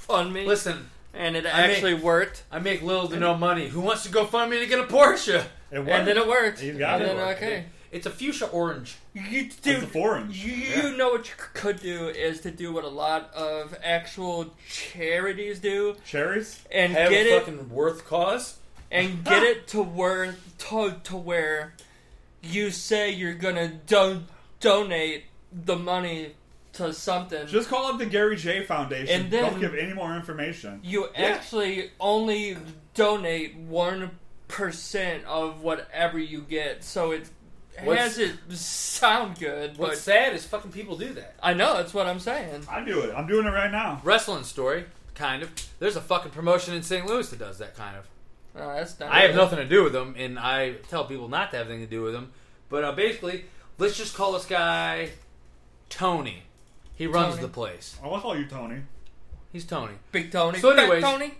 Speaker 2: on me.
Speaker 1: Listen,
Speaker 2: and it
Speaker 1: I mean-
Speaker 2: actually worked.
Speaker 1: I make little to no money. Who wants to go fund me to get a Porsche?
Speaker 3: It worked.
Speaker 2: And then it worked.
Speaker 3: You got
Speaker 2: and
Speaker 3: it.
Speaker 2: then okay.
Speaker 1: It's a fuchsia orange.
Speaker 2: You,
Speaker 3: it's a
Speaker 2: dude,
Speaker 3: foreign.
Speaker 2: you, you know what you c- could do is to do what a lot of actual charities do
Speaker 3: Cherries?
Speaker 2: and
Speaker 1: Have
Speaker 2: get
Speaker 1: a
Speaker 2: it
Speaker 1: fucking worth cause.
Speaker 2: and get it to where to, to where you say you're gonna don- donate the money to something.
Speaker 3: Just call up the Gary J Foundation.
Speaker 2: And then-
Speaker 3: Don't give any more information.
Speaker 2: you actually only donate one percent of whatever you get, so it
Speaker 1: What's-
Speaker 2: has it sound good.
Speaker 1: What's
Speaker 2: but
Speaker 1: sad is fucking people do that.
Speaker 2: I know that's what I'm saying.
Speaker 3: I do it. I'm doing it right now.
Speaker 1: Wrestling story, kind of. There's a fucking promotion in St. Louis that does that kind of.
Speaker 2: No, Uh, that's not
Speaker 1: I have
Speaker 2: good.
Speaker 1: nothing to do with them, and I tell people not to have anything to do with them. But uh, basically, let's just call this guy Tony. He runs
Speaker 2: Tony.
Speaker 1: the place.
Speaker 3: I'll call you Tony.
Speaker 1: He's Tony.
Speaker 2: Big Tony.
Speaker 1: So
Speaker 2: Big
Speaker 1: anyways-
Speaker 2: Tony.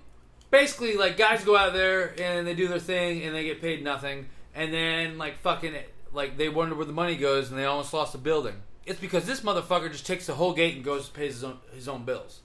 Speaker 1: Basically, like guys go out there and they do their thing and they get paid nothing, and then like fucking like they wonder where the money goes and they almost lost a building. It's because this motherfucker just takes the whole gate and goes and pays his own his own bills.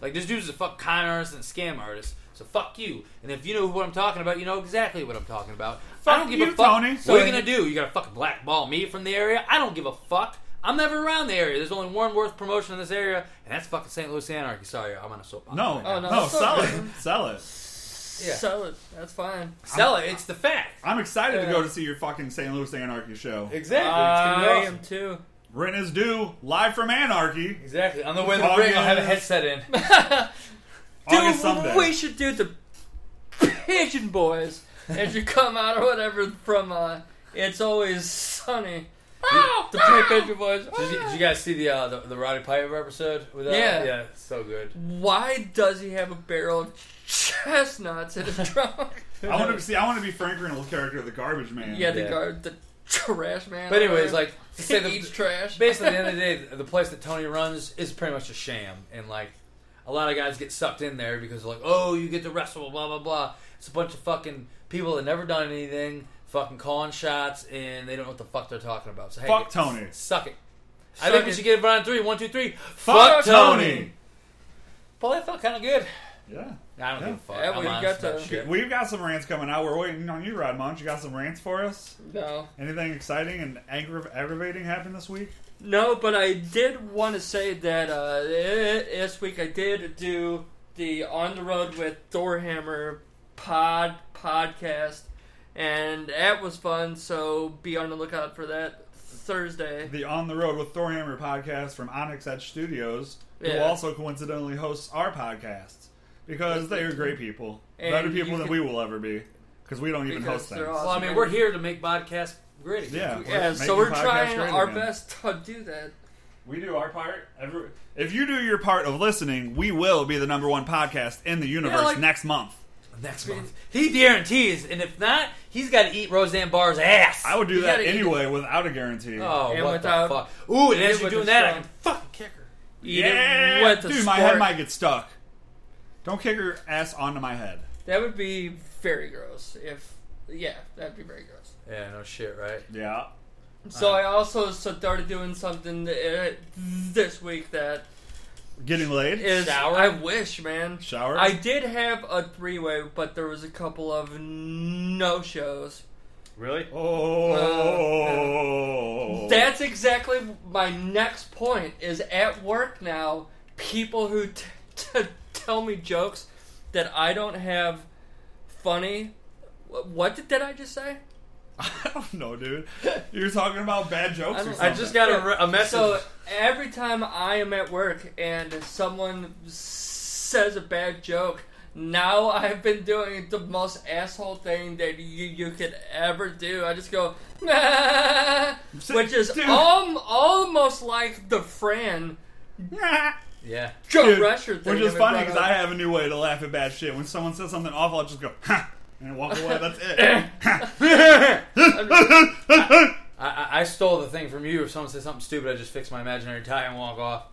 Speaker 1: Like this dude's a fuck con artist and scam artist. So fuck you. And if you know what I'm talking about, you know exactly what I'm talking about. I don't
Speaker 3: Fuck
Speaker 1: give a
Speaker 3: you,
Speaker 1: fuck.
Speaker 3: Tony.
Speaker 1: what are
Speaker 2: So-
Speaker 1: you gonna do? You gotta fucking blackball me from the area? I don't give a fuck. I'm never around the area. There's only one worth promotion in this area, and that's fucking St. Louis Anarchy. Sorry, I'm on a soapbox.
Speaker 3: No,
Speaker 1: right now.
Speaker 2: Oh,
Speaker 3: no,
Speaker 2: no, it's
Speaker 3: sell
Speaker 2: okay.
Speaker 3: it, sell it.
Speaker 1: Yeah.
Speaker 2: Sell it. That's fine.
Speaker 1: sell it. It's the fact.
Speaker 3: I'm excited to
Speaker 2: Yeah.
Speaker 3: go to see your fucking St. Louis Anarchy show.
Speaker 1: Exactly.
Speaker 2: I am too.
Speaker 3: Rent is due live from Anarchy.
Speaker 1: Exactly. On the way to the ring, I'll have a headset in.
Speaker 3: August someday.
Speaker 2: Dude, we should do the Pigeon Boys as you come out or whatever from uh, It's Always Sunny. the Pigeon Boys.
Speaker 1: Did you, did you guys see the, uh, the the Roddy Piper episode? With, uh,
Speaker 2: Yeah.
Speaker 1: yeah, it's so good.
Speaker 2: Why does he have a barrel of chestnuts in his trunk?
Speaker 3: I want to see. I want to be Frank Reynolds' character, the garbage man.
Speaker 2: yeah, the
Speaker 1: Yeah.
Speaker 2: guard, the trash man.
Speaker 1: But
Speaker 2: over
Speaker 1: anyways,
Speaker 2: there.
Speaker 1: like to say
Speaker 2: he
Speaker 1: the,
Speaker 2: eats trash.
Speaker 1: basically at the end of the day, the place that Tony runs is pretty much a sham, and like a lot of guys get sucked in there because like, oh, you get to wrestle, blah blah blah. It's a bunch of fucking people that never done anything, fucking calling shots, and they don't know what the fuck they're talking about. So hey, get-
Speaker 3: Fuck Tony.
Speaker 1: suck it. I
Speaker 2: Suck
Speaker 1: think we
Speaker 2: it.
Speaker 1: should get it on three. One, two, three.
Speaker 3: Fuck Tony.
Speaker 1: Well, that felt kind of good.
Speaker 3: Yeah.
Speaker 1: I don't
Speaker 3: Yeah.
Speaker 1: give a fuck.
Speaker 2: Yeah,
Speaker 1: I'm
Speaker 2: we
Speaker 1: honest
Speaker 2: got
Speaker 1: about
Speaker 2: to-
Speaker 1: shit.
Speaker 3: We've got some rants coming out. We're waiting on you, Rod Munch. You got some rants for us?
Speaker 2: no,
Speaker 3: Anything exciting and aggra- aggravating happened this week?
Speaker 2: no. But I did want to say that uh, i- this week I did do the on the road with Thorhammer pod podcast, and that was fun. So be on the lookout for that Thursday.
Speaker 3: The On the Road with Thorhammer podcast from Onyx Edge Studios, who
Speaker 2: Yeah.
Speaker 3: also coincidentally hosts our podcast because they are great people,
Speaker 2: And
Speaker 3: better
Speaker 2: you
Speaker 3: people than
Speaker 2: can-
Speaker 3: we will ever be because we don't even
Speaker 2: Because
Speaker 3: host
Speaker 2: they're
Speaker 3: things.
Speaker 1: Well, I mean, we're here to make podcasts great. again.
Speaker 3: Yeah, we're
Speaker 2: Yeah,
Speaker 3: making
Speaker 2: so we're
Speaker 3: podcasts
Speaker 2: trying
Speaker 3: great
Speaker 2: our
Speaker 3: again.
Speaker 2: best to do that.
Speaker 3: We do our part. Every, if you do your part of listening, we will be the number one podcast in the universe
Speaker 1: like-
Speaker 3: next month.
Speaker 1: Next month. He guarantees, and if not, he's got to eat Roseanne Barr's ass.
Speaker 3: I would do
Speaker 2: You
Speaker 3: that
Speaker 2: gotta eat
Speaker 3: anyway without a guarantee.
Speaker 1: Oh,
Speaker 2: And
Speaker 1: what
Speaker 2: without-
Speaker 1: the fuck? Ooh, and
Speaker 2: Hit
Speaker 1: as you're
Speaker 2: with
Speaker 1: doing
Speaker 2: the
Speaker 1: that, I
Speaker 2: strong-
Speaker 1: can fucking kick her.
Speaker 2: Eat it
Speaker 3: yeah,
Speaker 2: with the
Speaker 3: dude, my head
Speaker 2: fork.
Speaker 3: might get stuck. Don't kick your ass onto my head.
Speaker 2: That would be very gross. If yeah, that'd be very gross.
Speaker 1: Yeah, no shit, right?
Speaker 3: Yeah,
Speaker 2: So I also started doing something uh, this week that
Speaker 3: getting laid.
Speaker 2: is
Speaker 1: Shower?
Speaker 2: I wish, man.
Speaker 3: Shower.
Speaker 2: I did have a three way, but there was a couple of no shows.
Speaker 1: Really?
Speaker 3: Oh,
Speaker 2: That's exactly my next point. Is at work now. People who t- t- tell me jokes that I don't have funny. Wh- What did, did I just say?
Speaker 3: I don't know, dude. You're talking about bad jokes.
Speaker 2: I
Speaker 3: or
Speaker 2: don't-
Speaker 3: something.
Speaker 1: I just got a, re- a message.
Speaker 2: So every time I am at work and someone says a bad joke, now I've been doing the most asshole thing that you you could ever do. I just go, which is
Speaker 3: Dude.
Speaker 2: al- almost like the Fran
Speaker 1: yeah.
Speaker 2: Joe
Speaker 3: Dude,
Speaker 2: Rusher thing.
Speaker 3: which is
Speaker 2: that we
Speaker 3: funny
Speaker 2: brought
Speaker 3: because
Speaker 2: up.
Speaker 3: I have a new way to laugh at bad shit. When someone says something awful, I'll just go, ha, and walk away. That's it.
Speaker 1: I, I, I stole the thing from you. If someone says something stupid, I just fix my imaginary tie and walk off.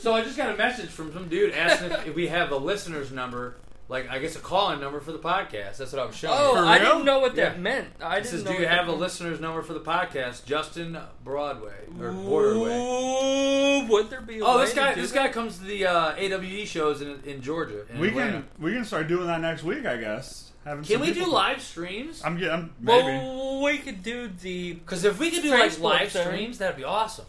Speaker 1: so I just got a message from some dude asking if, if we have a listener's number, like I guess a call-in number for the podcast. That's what I was showing.
Speaker 2: Oh,
Speaker 1: you.
Speaker 3: For
Speaker 2: I
Speaker 3: real?
Speaker 2: didn't know what that
Speaker 1: Yeah.
Speaker 2: meant. I
Speaker 1: It
Speaker 2: didn't
Speaker 1: says,
Speaker 2: know
Speaker 1: do you
Speaker 2: what
Speaker 1: have a
Speaker 2: that meant.
Speaker 1: listener's number for the podcast? Justin Broadway or Borderway.
Speaker 2: Ooh, would there be? A
Speaker 1: Oh,
Speaker 2: way
Speaker 1: this
Speaker 2: to
Speaker 1: guy!
Speaker 2: do
Speaker 1: This
Speaker 2: that?
Speaker 1: guy comes to the uh, AWE shows in, in Georgia. In
Speaker 3: we
Speaker 1: Atlanta.
Speaker 3: can we can start doing that next week, I guess. Having
Speaker 1: Can
Speaker 3: some
Speaker 1: we do
Speaker 3: people-
Speaker 1: live streams?
Speaker 3: I'm getting I'm, maybe.
Speaker 2: Well, we could do the
Speaker 1: Because if we could do like
Speaker 2: Facebook
Speaker 1: live
Speaker 2: thing.
Speaker 1: streams, that'd be awesome.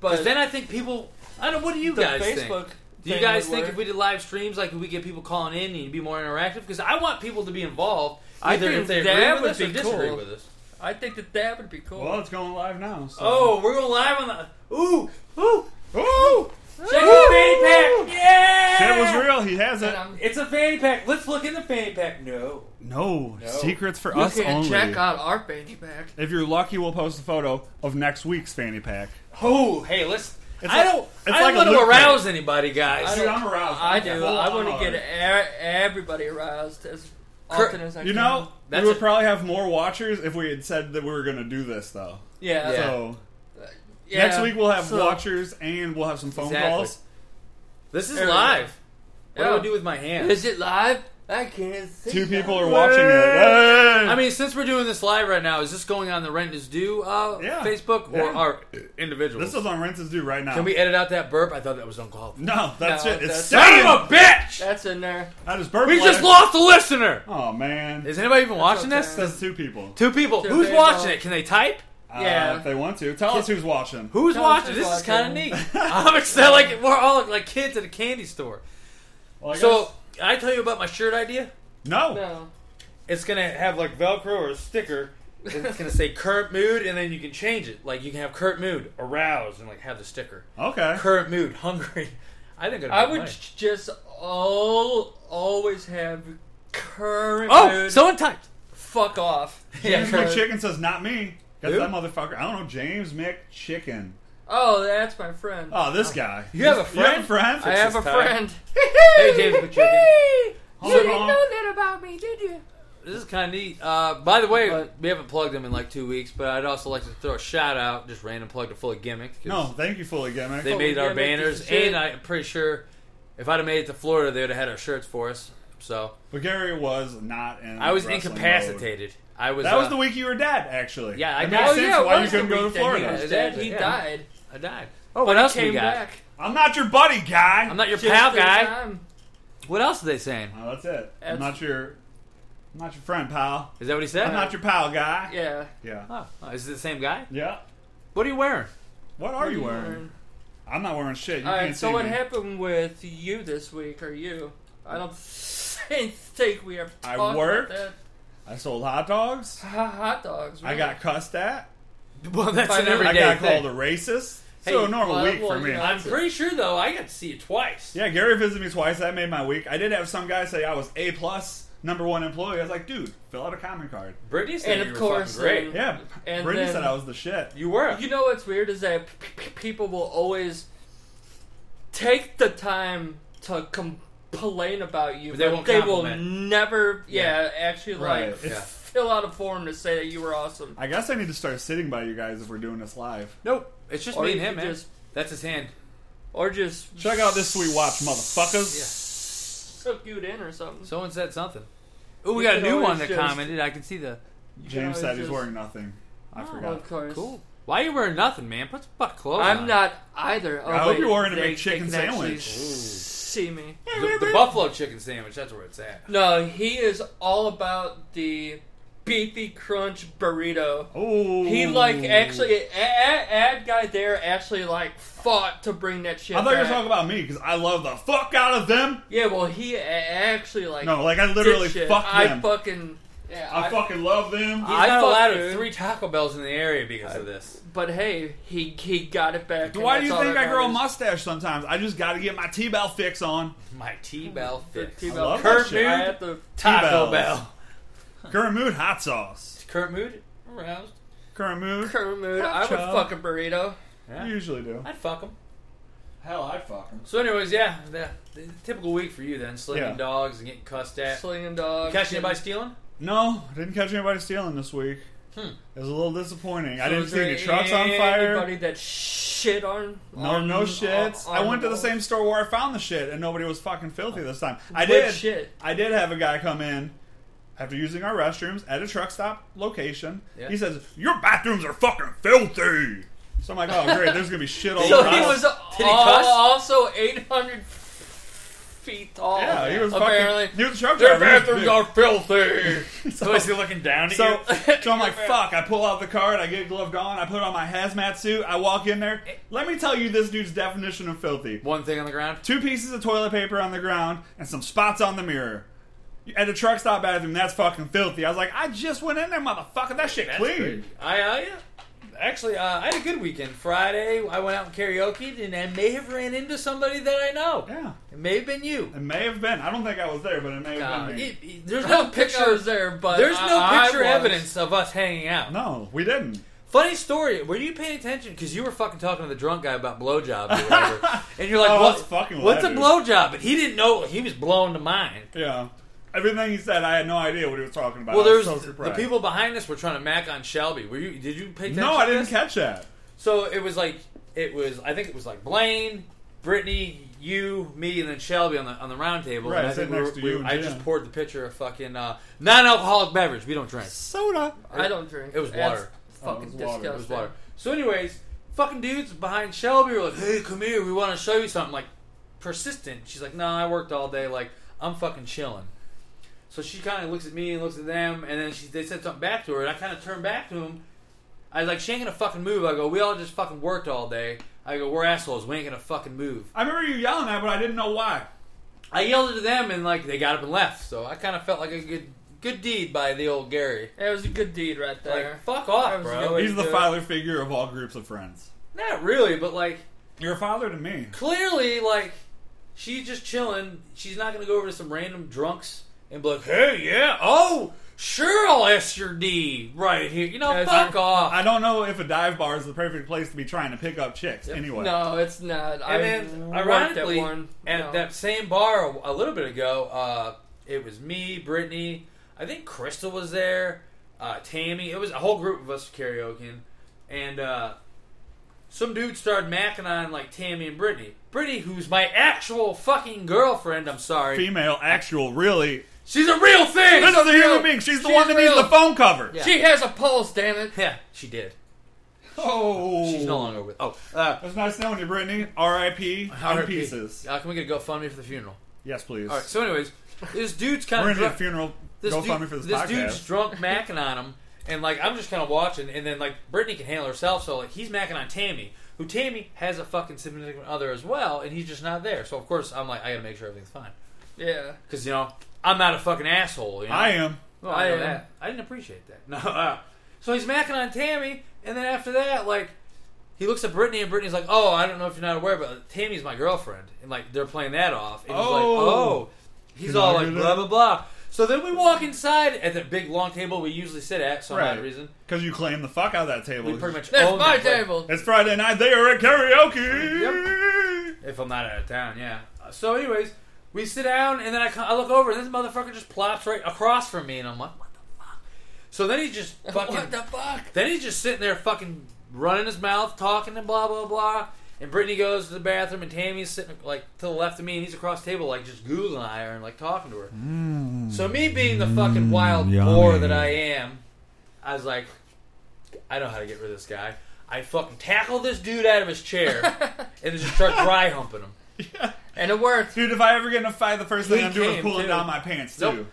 Speaker 2: but
Speaker 1: Because then I think people. I don't. What do you
Speaker 2: the
Speaker 1: guys think?
Speaker 2: Facebook.
Speaker 1: Do you
Speaker 2: thing
Speaker 1: guys
Speaker 2: would
Speaker 1: think
Speaker 2: work.
Speaker 1: if we did live streams, like we get people calling in and you'd be more interactive? Because I want people to be involved.
Speaker 2: I
Speaker 1: Either
Speaker 2: think
Speaker 1: if they agree
Speaker 2: that
Speaker 1: with
Speaker 2: would
Speaker 1: us or
Speaker 2: be
Speaker 1: disagree
Speaker 2: cool.
Speaker 1: with us.
Speaker 2: I think that that would be cool.
Speaker 3: well, it's going live now.
Speaker 2: Um,
Speaker 3: So.
Speaker 1: Oh, we're going live on the. Ooh, ooh,
Speaker 3: Ooh!
Speaker 1: check out the fanny pack! Yeah, Um,
Speaker 3: Shit was real. He has it.
Speaker 2: And I'm-
Speaker 1: It's a fanny pack. Let's look in the fanny pack. No,
Speaker 3: No,
Speaker 1: No.
Speaker 3: secrets for
Speaker 2: you
Speaker 3: us
Speaker 2: can
Speaker 3: only.
Speaker 2: check out our fanny pack.
Speaker 3: If you're lucky, we'll post a photo of next week's fanny pack.
Speaker 1: oh, hey, let's.
Speaker 3: It's
Speaker 1: I
Speaker 3: like-
Speaker 1: don't.
Speaker 3: it's
Speaker 1: I don't
Speaker 3: like a
Speaker 1: want to
Speaker 3: loop
Speaker 1: arouse anybody, guys.
Speaker 2: I
Speaker 3: Dude,
Speaker 2: don't-
Speaker 3: I'm aroused.
Speaker 2: I
Speaker 3: I'm
Speaker 2: do.
Speaker 3: full
Speaker 2: I want
Speaker 3: on.
Speaker 2: to get e- everybody aroused as
Speaker 1: Cur-
Speaker 2: often as I can.
Speaker 3: You know,
Speaker 1: That's
Speaker 3: we would
Speaker 1: it.
Speaker 3: probably have more watchers if we had said that we were going to do this, though.
Speaker 2: Yeah.
Speaker 1: Yeah.
Speaker 3: So
Speaker 2: yeah,
Speaker 3: next week we'll have
Speaker 2: so-
Speaker 3: watchers and we'll have some phone
Speaker 1: Exactly.
Speaker 3: calls.
Speaker 1: This is
Speaker 2: There we go.
Speaker 1: live. What do
Speaker 2: Yeah.
Speaker 1: I do with my hands?
Speaker 2: Is it live? I can't see.
Speaker 3: Two people
Speaker 2: that.
Speaker 3: are watching it. Hey!
Speaker 1: I mean, since we're doing this live right now, is this going on the Rent Is Due uh,
Speaker 3: Yeah.
Speaker 1: Facebook or
Speaker 3: Yeah.
Speaker 1: our individual?
Speaker 3: this is on Rent is Due right now.
Speaker 1: Can we edit out that burp? I thought that was uncalled for.
Speaker 3: No, that's
Speaker 2: No,
Speaker 3: it. It's
Speaker 2: that's-
Speaker 1: Son
Speaker 3: staying.
Speaker 1: of a bitch!
Speaker 2: That's in there.
Speaker 3: That is burp.
Speaker 1: We just
Speaker 3: lost.
Speaker 1: lost a listener!
Speaker 3: Oh man,
Speaker 1: Is anybody even watching
Speaker 2: okay.
Speaker 1: this?
Speaker 3: that's two people.
Speaker 1: Two people.
Speaker 2: Two
Speaker 1: Who's
Speaker 2: people.
Speaker 1: watching it? Can they type?
Speaker 2: Yeah.
Speaker 3: uh, if they want to, tell us who's watching.
Speaker 1: Who's
Speaker 2: Tell us
Speaker 1: watching?
Speaker 2: who's
Speaker 1: This is kind of
Speaker 2: watching.
Speaker 1: neat. I'm excited. Like we're all like kids at a candy store.
Speaker 3: Well, I
Speaker 1: So,
Speaker 3: guess-
Speaker 1: can I tell you about my shirt idea?
Speaker 3: no.
Speaker 2: No.
Speaker 1: It's gonna have like Velcro or a sticker. and it's gonna say current mood, and then you can change it. Like you can have current mood, aroused, and like have the sticker.
Speaker 3: Okay.
Speaker 1: Current mood, hungry. I think it'd be
Speaker 2: I would
Speaker 1: nice.
Speaker 2: j- just all always have current
Speaker 1: Oh,
Speaker 2: mood.
Speaker 1: someone typed.
Speaker 2: fuck off.
Speaker 1: Yeah,
Speaker 3: James
Speaker 1: current-
Speaker 3: McChicken says not me. Got
Speaker 1: Who?
Speaker 3: that motherfucker. I don't know. James McChicken.
Speaker 2: Oh, that's my friend.
Speaker 3: Oh, this guy.
Speaker 1: You have a
Speaker 3: You have a
Speaker 1: friend?
Speaker 3: friend?
Speaker 2: I have a
Speaker 1: this time.
Speaker 2: friend.
Speaker 1: Hey, James McChicken.
Speaker 3: Hold on, hold on.
Speaker 2: that about me, did you?
Speaker 1: This is kind of neat. Uh, by the way,
Speaker 2: But-
Speaker 1: we haven't plugged them in like two weeks, but I'd also like to throw a shout out, just random plug to Full of Gimmick. 'cause
Speaker 3: No, thank you, Fully Gimmick.
Speaker 1: they
Speaker 2: Full of
Speaker 1: made our
Speaker 2: Gimmick,
Speaker 1: banners,
Speaker 2: piece of shit.
Speaker 1: and I'm pretty sure if I'd have made it to Florida, they would have had our shirts for us. So
Speaker 3: but Gary was not in.
Speaker 1: I was
Speaker 3: wrestling mode.
Speaker 1: incapacitated. I was.
Speaker 3: That was
Speaker 1: uh,
Speaker 3: the week you were dead, actually.
Speaker 1: Yeah, I
Speaker 3: It
Speaker 1: know.
Speaker 3: makes
Speaker 1: Oh,
Speaker 3: sense
Speaker 2: yeah, it
Speaker 3: why you
Speaker 2: was the
Speaker 3: couldn't go to
Speaker 2: week that he
Speaker 3: Florida.
Speaker 2: was
Speaker 1: Exactly,
Speaker 2: dead. He
Speaker 1: yeah.
Speaker 2: died.
Speaker 1: I died. Oh,
Speaker 2: But
Speaker 1: what else
Speaker 2: he came
Speaker 1: we got?
Speaker 2: back.
Speaker 3: I'm not your buddy, guy.
Speaker 1: I'm not your
Speaker 2: Just
Speaker 1: pal
Speaker 2: in
Speaker 1: guy.
Speaker 2: time.
Speaker 1: What else are they saying?
Speaker 3: Oh, that's it. I'm
Speaker 2: That's-
Speaker 3: not your. I'm not your friend, pal.
Speaker 1: Is that what he said?
Speaker 3: I'm not your pal, guy.
Speaker 2: Yeah.
Speaker 3: Yeah.
Speaker 1: Oh, oh, is it the same guy?
Speaker 3: Yeah.
Speaker 1: What are you wearing?
Speaker 3: What are you wearing? I'm not wearing shit. You
Speaker 2: All
Speaker 3: can't
Speaker 2: right. So
Speaker 3: see
Speaker 2: what
Speaker 3: me.
Speaker 2: happened with you this week? Or you? I don't think we ever
Speaker 3: I
Speaker 2: talked about
Speaker 3: worked.
Speaker 2: that.
Speaker 3: I sold hot dogs.
Speaker 2: Ha- hot dogs.
Speaker 3: I
Speaker 2: really.
Speaker 3: got cussed at.
Speaker 1: Well, that's an
Speaker 2: I
Speaker 1: everyday
Speaker 3: I got
Speaker 1: thing.
Speaker 3: called a racist.
Speaker 1: Hey,
Speaker 3: so a normal
Speaker 2: well,
Speaker 3: week
Speaker 2: well,
Speaker 3: for me.
Speaker 2: you know.
Speaker 1: I'm pretty sure though, I got to see it twice.
Speaker 3: Yeah, Gary visited me twice. That made my week. I did have some guy say I was A plus number one employee. I was like, dude, fill out a comment card.
Speaker 1: Brittany said
Speaker 2: And
Speaker 1: you
Speaker 2: of
Speaker 1: were
Speaker 2: course,
Speaker 1: fucking great.
Speaker 2: then-
Speaker 3: Yeah,
Speaker 2: And
Speaker 3: Brittany
Speaker 2: then-
Speaker 3: said I was the shit.
Speaker 1: You were.
Speaker 2: You know what's weird is that p- p- people will always take the time to complain about you,
Speaker 1: But they won't
Speaker 2: will
Speaker 1: compliment.
Speaker 2: never, yeah, actually
Speaker 3: Right.
Speaker 2: like
Speaker 3: It's-
Speaker 2: fill out a form to say that you were awesome.
Speaker 3: I guess I need to start sitting by you guys if we're doing this live.
Speaker 1: Nope. It's just
Speaker 2: Or
Speaker 1: me and
Speaker 2: you
Speaker 1: him,
Speaker 2: could
Speaker 1: man.
Speaker 2: just-
Speaker 1: That's his hand.
Speaker 2: Or just
Speaker 3: Check out this sweet watch, motherfuckers.
Speaker 2: suck you in or something.
Speaker 1: Someone said something. Oh, we
Speaker 2: You
Speaker 1: got a
Speaker 2: could
Speaker 1: new one
Speaker 2: always
Speaker 1: that
Speaker 2: just-
Speaker 1: commented. I can see the
Speaker 3: James
Speaker 2: always
Speaker 3: said he's
Speaker 2: just- Oh,
Speaker 3: wearing nothing. I forgot.
Speaker 2: of course.
Speaker 1: cool. Why are you wearing nothing, man? Put some butt clothes on.
Speaker 2: I'm not either. Oh,
Speaker 3: I hope
Speaker 2: wait,
Speaker 3: you're wearing a
Speaker 2: they-
Speaker 3: big
Speaker 2: they
Speaker 3: chicken
Speaker 2: can actually
Speaker 3: sandwich.
Speaker 2: See me.
Speaker 1: The, the buffalo chicken sandwich. That's where it's at.
Speaker 2: No, he is all about the beefy crunch burrito.
Speaker 3: Oh,
Speaker 2: He like actually, a- a- ad guy there actually like fought to bring that shit.
Speaker 3: I thought you were
Speaker 2: back.
Speaker 3: talking about me because I love the fuck out of them.
Speaker 2: Yeah, well, he a- actually like
Speaker 3: No, like I literally
Speaker 2: did shit.
Speaker 3: fuck
Speaker 2: I
Speaker 3: them.
Speaker 2: fucking yeah.
Speaker 3: I fucking love them.
Speaker 1: He's
Speaker 2: I
Speaker 1: not
Speaker 2: fuck
Speaker 1: allowed
Speaker 2: you.
Speaker 1: to three Taco Bells in the area because of this.
Speaker 2: But hey, he he got it back. and
Speaker 3: Why do
Speaker 2: that's
Speaker 3: you
Speaker 2: all
Speaker 3: think
Speaker 2: that
Speaker 3: I grow a
Speaker 2: matters.
Speaker 3: mustache sometimes? I just got to get my T-Bell fix on.
Speaker 1: My T-Bell
Speaker 2: The
Speaker 1: fix.
Speaker 2: T-Bell.
Speaker 3: I love
Speaker 1: Kurt
Speaker 3: that shit.
Speaker 2: I
Speaker 1: Nude.
Speaker 2: have to.
Speaker 1: Taco
Speaker 3: T-Bells.
Speaker 1: Bell.
Speaker 3: Current mood, hot sauce.
Speaker 1: Current mood? Aroused.
Speaker 3: Current mood,
Speaker 2: Kurt mood. I would
Speaker 3: Gotcha.
Speaker 2: fuck a burrito.
Speaker 3: I usually do.
Speaker 1: I'd fuck him.
Speaker 4: Hell, I'd fuck him.
Speaker 1: So, anyways, yeah, the, the typical week for you then, slinging
Speaker 3: Yeah.
Speaker 1: dogs and getting cussed at.
Speaker 2: Slinging dog.
Speaker 1: Catch anybody stealing?
Speaker 3: No, didn't catch anybody stealing this week.
Speaker 1: Hmm.
Speaker 3: It was a little disappointing. I
Speaker 2: So
Speaker 3: didn't
Speaker 2: is
Speaker 3: see
Speaker 2: there
Speaker 3: any trucks on fire.
Speaker 2: Anybody that shit on?
Speaker 3: No,
Speaker 2: on,
Speaker 3: no shits.
Speaker 2: on-
Speaker 3: I went to the
Speaker 2: on-
Speaker 3: same store where I found the shit, and nobody was fucking filthy this time. I
Speaker 2: What
Speaker 3: did.
Speaker 2: shit?
Speaker 3: I did have a guy come in after using our restrooms at a truck stop location.
Speaker 1: Yeah.
Speaker 3: He says, "Your bathrooms are fucking filthy." So I'm like, "Oh great, there's gonna be shit all
Speaker 2: So
Speaker 3: over."
Speaker 2: he
Speaker 3: us."
Speaker 2: was
Speaker 1: he
Speaker 2: al-
Speaker 1: cuss?
Speaker 2: also 800 feet tall.
Speaker 3: yeah, he was
Speaker 2: apparently.
Speaker 3: Fucking, he was a truck
Speaker 2: Their
Speaker 3: driver. He was
Speaker 2: bathrooms
Speaker 3: big.
Speaker 2: are filthy.
Speaker 1: So, is he looking down at
Speaker 3: So,
Speaker 1: you?
Speaker 3: so I'm like, fuck. I pull out the card, I get gloved on, I put on my hazmat suit, I walk in there. Let me tell you this dude's definition of filthy
Speaker 1: One thing on the ground.
Speaker 3: two pieces of toilet paper on the ground and some spots on the mirror. At a truck stop bathroom, that's fucking filthy. I was like, I just went in there, motherfucker. That shit clean.
Speaker 1: I, uh, yeah. Actually, uh, I had a good weekend. Friday, I went out and karaoke, and I may have ran into somebody that I know.
Speaker 3: Yeah.
Speaker 1: It may have been you.
Speaker 3: It may have been. I don't think I was there, but it may have
Speaker 1: Uh,
Speaker 3: been. me.
Speaker 1: it- it- there's
Speaker 2: No
Speaker 1: no picture.
Speaker 2: pictures there, but
Speaker 1: There's
Speaker 2: I-
Speaker 1: no
Speaker 2: I
Speaker 1: picture
Speaker 2: was.
Speaker 1: evidence of us hanging out.
Speaker 3: No, we didn't.
Speaker 1: Funny story. Were you paying attention? Because you were fucking talking to the drunk guy about blowjobs or whatever, and you're like,
Speaker 3: Oh, I
Speaker 1: what,
Speaker 3: was fucking with
Speaker 1: "What's a
Speaker 3: that dude."
Speaker 1: blowjob?" And he didn't know. He was blown to mine.
Speaker 3: Yeah. Everything he said, I had no idea what he was talking about.
Speaker 1: Well,
Speaker 3: I
Speaker 1: there's
Speaker 3: was Oh,
Speaker 1: the
Speaker 3: so surprised.
Speaker 1: people behind us were trying to mac on Shelby. Were you? Did you pay attention?
Speaker 3: No, I
Speaker 1: to
Speaker 3: didn't
Speaker 1: this?
Speaker 3: catch that.
Speaker 1: So it was like it was. I think it was like Blaine, Brittany, you, me, and then Shelby on the on the round table.
Speaker 3: Right,
Speaker 1: and I
Speaker 3: sitting
Speaker 1: think we were-
Speaker 3: next to
Speaker 1: we-
Speaker 3: you and
Speaker 1: I
Speaker 3: Jen.
Speaker 1: just poured the pitcher of fucking uh, non-alcoholic beverage. We don't drink.
Speaker 3: Soda.
Speaker 2: I don't drink.
Speaker 1: It was
Speaker 2: That's
Speaker 1: water.
Speaker 3: Oh,
Speaker 2: Fucking
Speaker 3: it was water.
Speaker 2: disgusting.
Speaker 3: It
Speaker 1: It was water. So, anyways, fucking dudes behind Shelby were like, "Hey, come here. We want to show you something." Like, persistent. She's like, "No, I worked all day. Like, I'm fucking chilling." So she kind of looks at me and looks at them, and then she they said something back to her, and I kind of turned back to him. I was like, "She ain't gonna fucking move." I go, "We all just fucking worked all day." I go, "We're assholes. We ain't gonna fucking move."
Speaker 3: I remember you yelling that, but I didn't know why.
Speaker 1: I yelled it to them, and like they got up and left. So I kind of felt like a good good deed by the old Gary.
Speaker 2: It was a good deed right there.
Speaker 1: Like, fuck
Speaker 2: That
Speaker 1: off,
Speaker 2: was a good
Speaker 1: bro.
Speaker 2: way
Speaker 3: He's
Speaker 2: to
Speaker 3: the
Speaker 2: do it.
Speaker 3: father figure of all groups of friends.
Speaker 1: Not really, but like.
Speaker 3: You're a father to me.
Speaker 1: clearly, like, she's just chilling. She's not going to go over to some random drunks and be like, hey, yeah, oh, sure, I'll ask your D right here. You know,
Speaker 2: As
Speaker 1: fuck
Speaker 2: you're-
Speaker 1: off.
Speaker 3: I don't know if a dive bar is the perfect place to be trying to pick up chicks. Anyway,
Speaker 2: No, it's not. I
Speaker 1: and then,
Speaker 2: worked
Speaker 1: ironically,
Speaker 2: at,
Speaker 1: at,
Speaker 2: one. No.
Speaker 1: that same bar a, a little bit ago, uh, it was me, Brittany, I think Crystal was there, uh, Tammy. It was a whole group of us karaokeing. And uh, some dude started macking on, like, Tammy and Brittany. Brittany, who's my actual fucking girlfriend, I'm sorry.
Speaker 3: female, actual, really.
Speaker 1: She's a real thing.
Speaker 3: This is a human being. She's the
Speaker 2: She's
Speaker 3: one that needs
Speaker 2: real.
Speaker 3: the phone cover.
Speaker 1: Yeah.
Speaker 2: she has a pulse. Damn it.
Speaker 1: Yeah, she did.
Speaker 3: Oh,
Speaker 1: She's no longer with. Oh, uh,
Speaker 3: That's nice knowing you, Brittany. R.I.P. in
Speaker 1: R.I.P.
Speaker 3: pieces.
Speaker 1: Uh, can we get a GoFundMe for the funeral?
Speaker 3: Yes, please.
Speaker 1: All right. So, anyways, this dude's kind
Speaker 3: We're
Speaker 1: of
Speaker 3: gonna do a funeral
Speaker 1: this
Speaker 3: GoFundMe
Speaker 1: dude-
Speaker 3: for this,
Speaker 1: this
Speaker 3: podcast.
Speaker 1: dude's drunk macking on him, and like I'm just kind of watching, and then like Brittany can handle herself, so like he's macking on Tammy, who Tammy has a fucking significant other as well, and he's just not there. So of course I'm like I gotta make sure everything's fine.
Speaker 2: Yeah.
Speaker 1: because you know I'm not a fucking asshole. You know?
Speaker 3: I am.
Speaker 1: Well, I,
Speaker 2: I
Speaker 1: know
Speaker 2: am.
Speaker 1: that. I didn't appreciate that. No. Uh, so he's macking on Tammy, and then after that, like, he looks at Brittany, and Brittany's like, "Oh, I don't know if you're not aware, but Tammy's my girlfriend," and like they're playing that off, and he's like,
Speaker 3: Oh.
Speaker 1: "Oh," he's
Speaker 3: Can I
Speaker 1: all
Speaker 3: do
Speaker 1: like,
Speaker 3: that?
Speaker 1: "Blah blah blah." So then we walk inside at that big long table we usually sit at. So
Speaker 3: Right.
Speaker 1: odd reason
Speaker 3: Because you claim the fuck out of that table.
Speaker 1: we pretty much
Speaker 2: That's
Speaker 1: own
Speaker 2: my
Speaker 1: the place.
Speaker 2: table.
Speaker 3: It's Friday night. They are at karaoke.
Speaker 1: If I'm not out of town, yeah. Uh, So, anyways, we sit down, and then I, co- I look over, and this motherfucker just plops right across from me, and I'm like, what the fuck? So then he just fucking.
Speaker 2: What the fuck?
Speaker 1: Then he's just sitting there fucking running his mouth, talking and blah blah blah. And Brittany goes to the bathroom, and Tammy's sitting like to the left of me, and he's across the table, like just googling her and like talking to her. So me being the fucking wild
Speaker 3: yummy.
Speaker 1: boar that I am, I was like, I know how to get rid of this guy. I fucking tackle this dude out of his chair and just start dry humping him.
Speaker 2: And it worked.
Speaker 3: Dude, if I ever get in a fight, the first thing
Speaker 1: He
Speaker 3: I'm doing is
Speaker 1: came,
Speaker 3: pulling
Speaker 1: too.
Speaker 3: down my pants, too.
Speaker 1: Nope.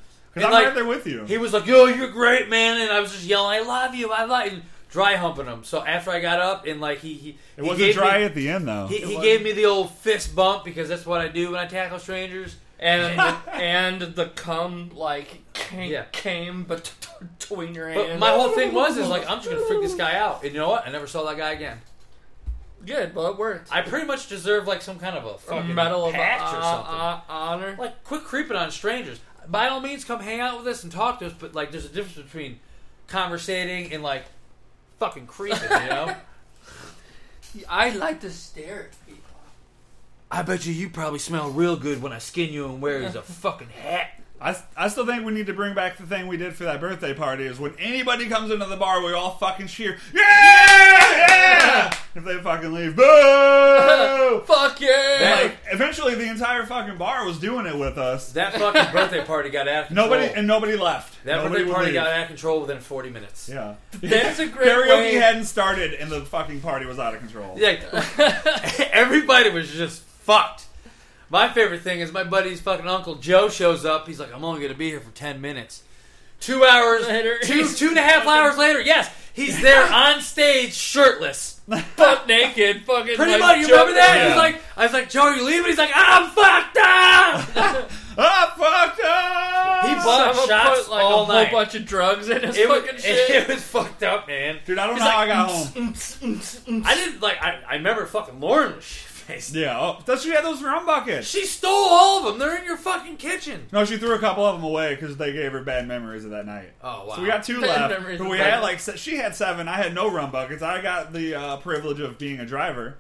Speaker 1: And,
Speaker 3: Because I'm
Speaker 1: like,
Speaker 3: right there with you.
Speaker 1: He was like, "Yo, you're great, man," and I was just yelling, "I love you, I love," you," and dry humping him. So after I got up and like he he
Speaker 3: it
Speaker 1: he
Speaker 3: wasn't
Speaker 1: gave me-
Speaker 3: dry at the end, though.
Speaker 1: He, he
Speaker 2: was.
Speaker 1: gave me the old fist bump because that's what I do when I tackle strangers.
Speaker 2: And and the cum like came,
Speaker 1: Yeah.
Speaker 2: came bet- between your hands.
Speaker 1: But my whole thing was is like I'm just gonna freak this guy out, and you know what? I never saw that guy again.
Speaker 2: good, but it worked.
Speaker 1: I pretty much deserve like some kind of a fucking
Speaker 2: Medal of
Speaker 1: patch or
Speaker 2: uh,
Speaker 1: something.
Speaker 2: uh, honor.
Speaker 1: like, quit creeping on strangers. By all means, come hang out with us and talk to us. But like, there's a difference between conversating and like fucking creeping. You know?
Speaker 2: I like to stare at people.
Speaker 1: I bet you you probably smell real good when I skin you and wear you as a fucking hat.
Speaker 3: I, I still think we need to bring back the thing we did for that birthday party is when anybody comes into the bar, we all fucking cheer, yeah! yeah! if they fucking leave, boo!
Speaker 2: Fuck yeah!
Speaker 1: That-
Speaker 3: like, eventually the entire fucking bar was doing it with us.
Speaker 1: That fucking birthday party got out of control.
Speaker 3: Nobody, and nobody left.
Speaker 1: that
Speaker 3: nobody
Speaker 1: birthday
Speaker 3: would
Speaker 1: party
Speaker 3: leave.
Speaker 1: got out of control within 40 minutes.
Speaker 3: Yeah.
Speaker 2: That's a great
Speaker 3: Karaoke
Speaker 2: way-
Speaker 3: hadn't started and the fucking party was out of control.
Speaker 1: Yeah, everybody was just fucked. My favorite thing is my buddy's fucking uncle Joe shows up. He's like, I'm only going to be here for 10 minutes. Two hours
Speaker 2: Later,
Speaker 1: two,
Speaker 2: he's
Speaker 1: two and a half hours later, yes, he's there on stage shirtless.
Speaker 2: butt naked, fucking.
Speaker 1: Pretty
Speaker 2: like,
Speaker 1: much, you remember
Speaker 2: jumping
Speaker 1: that?
Speaker 3: Yeah.
Speaker 1: He's like, I was like, Joe, are you leaving? He's like, I'm fucked up!
Speaker 3: Ah, fucked up!
Speaker 1: He bought
Speaker 2: Someone
Speaker 1: shots
Speaker 2: put, like
Speaker 1: all
Speaker 2: a
Speaker 1: night.
Speaker 2: whole bunch of drugs in his
Speaker 1: it, was,
Speaker 2: fucking
Speaker 1: it
Speaker 2: shit.
Speaker 1: was fucked up, man.
Speaker 3: Dude, I don't know how I got home.
Speaker 1: I didn't, like, I, I remember fucking Lauren was shit-faced.
Speaker 3: Yeah, oh, that's she had those rum buckets.
Speaker 1: She stole all of them. They're in your fucking kitchen.
Speaker 3: No, she threw a couple of them away because they gave her bad memories of that night.
Speaker 1: Oh, wow.
Speaker 3: So we got two
Speaker 2: Bad
Speaker 3: left.
Speaker 2: memories
Speaker 3: But
Speaker 2: of
Speaker 3: we
Speaker 2: that
Speaker 3: had
Speaker 2: night.
Speaker 3: like se- she had seven. I had no rum buckets. I got the uh, privilege of being a driver.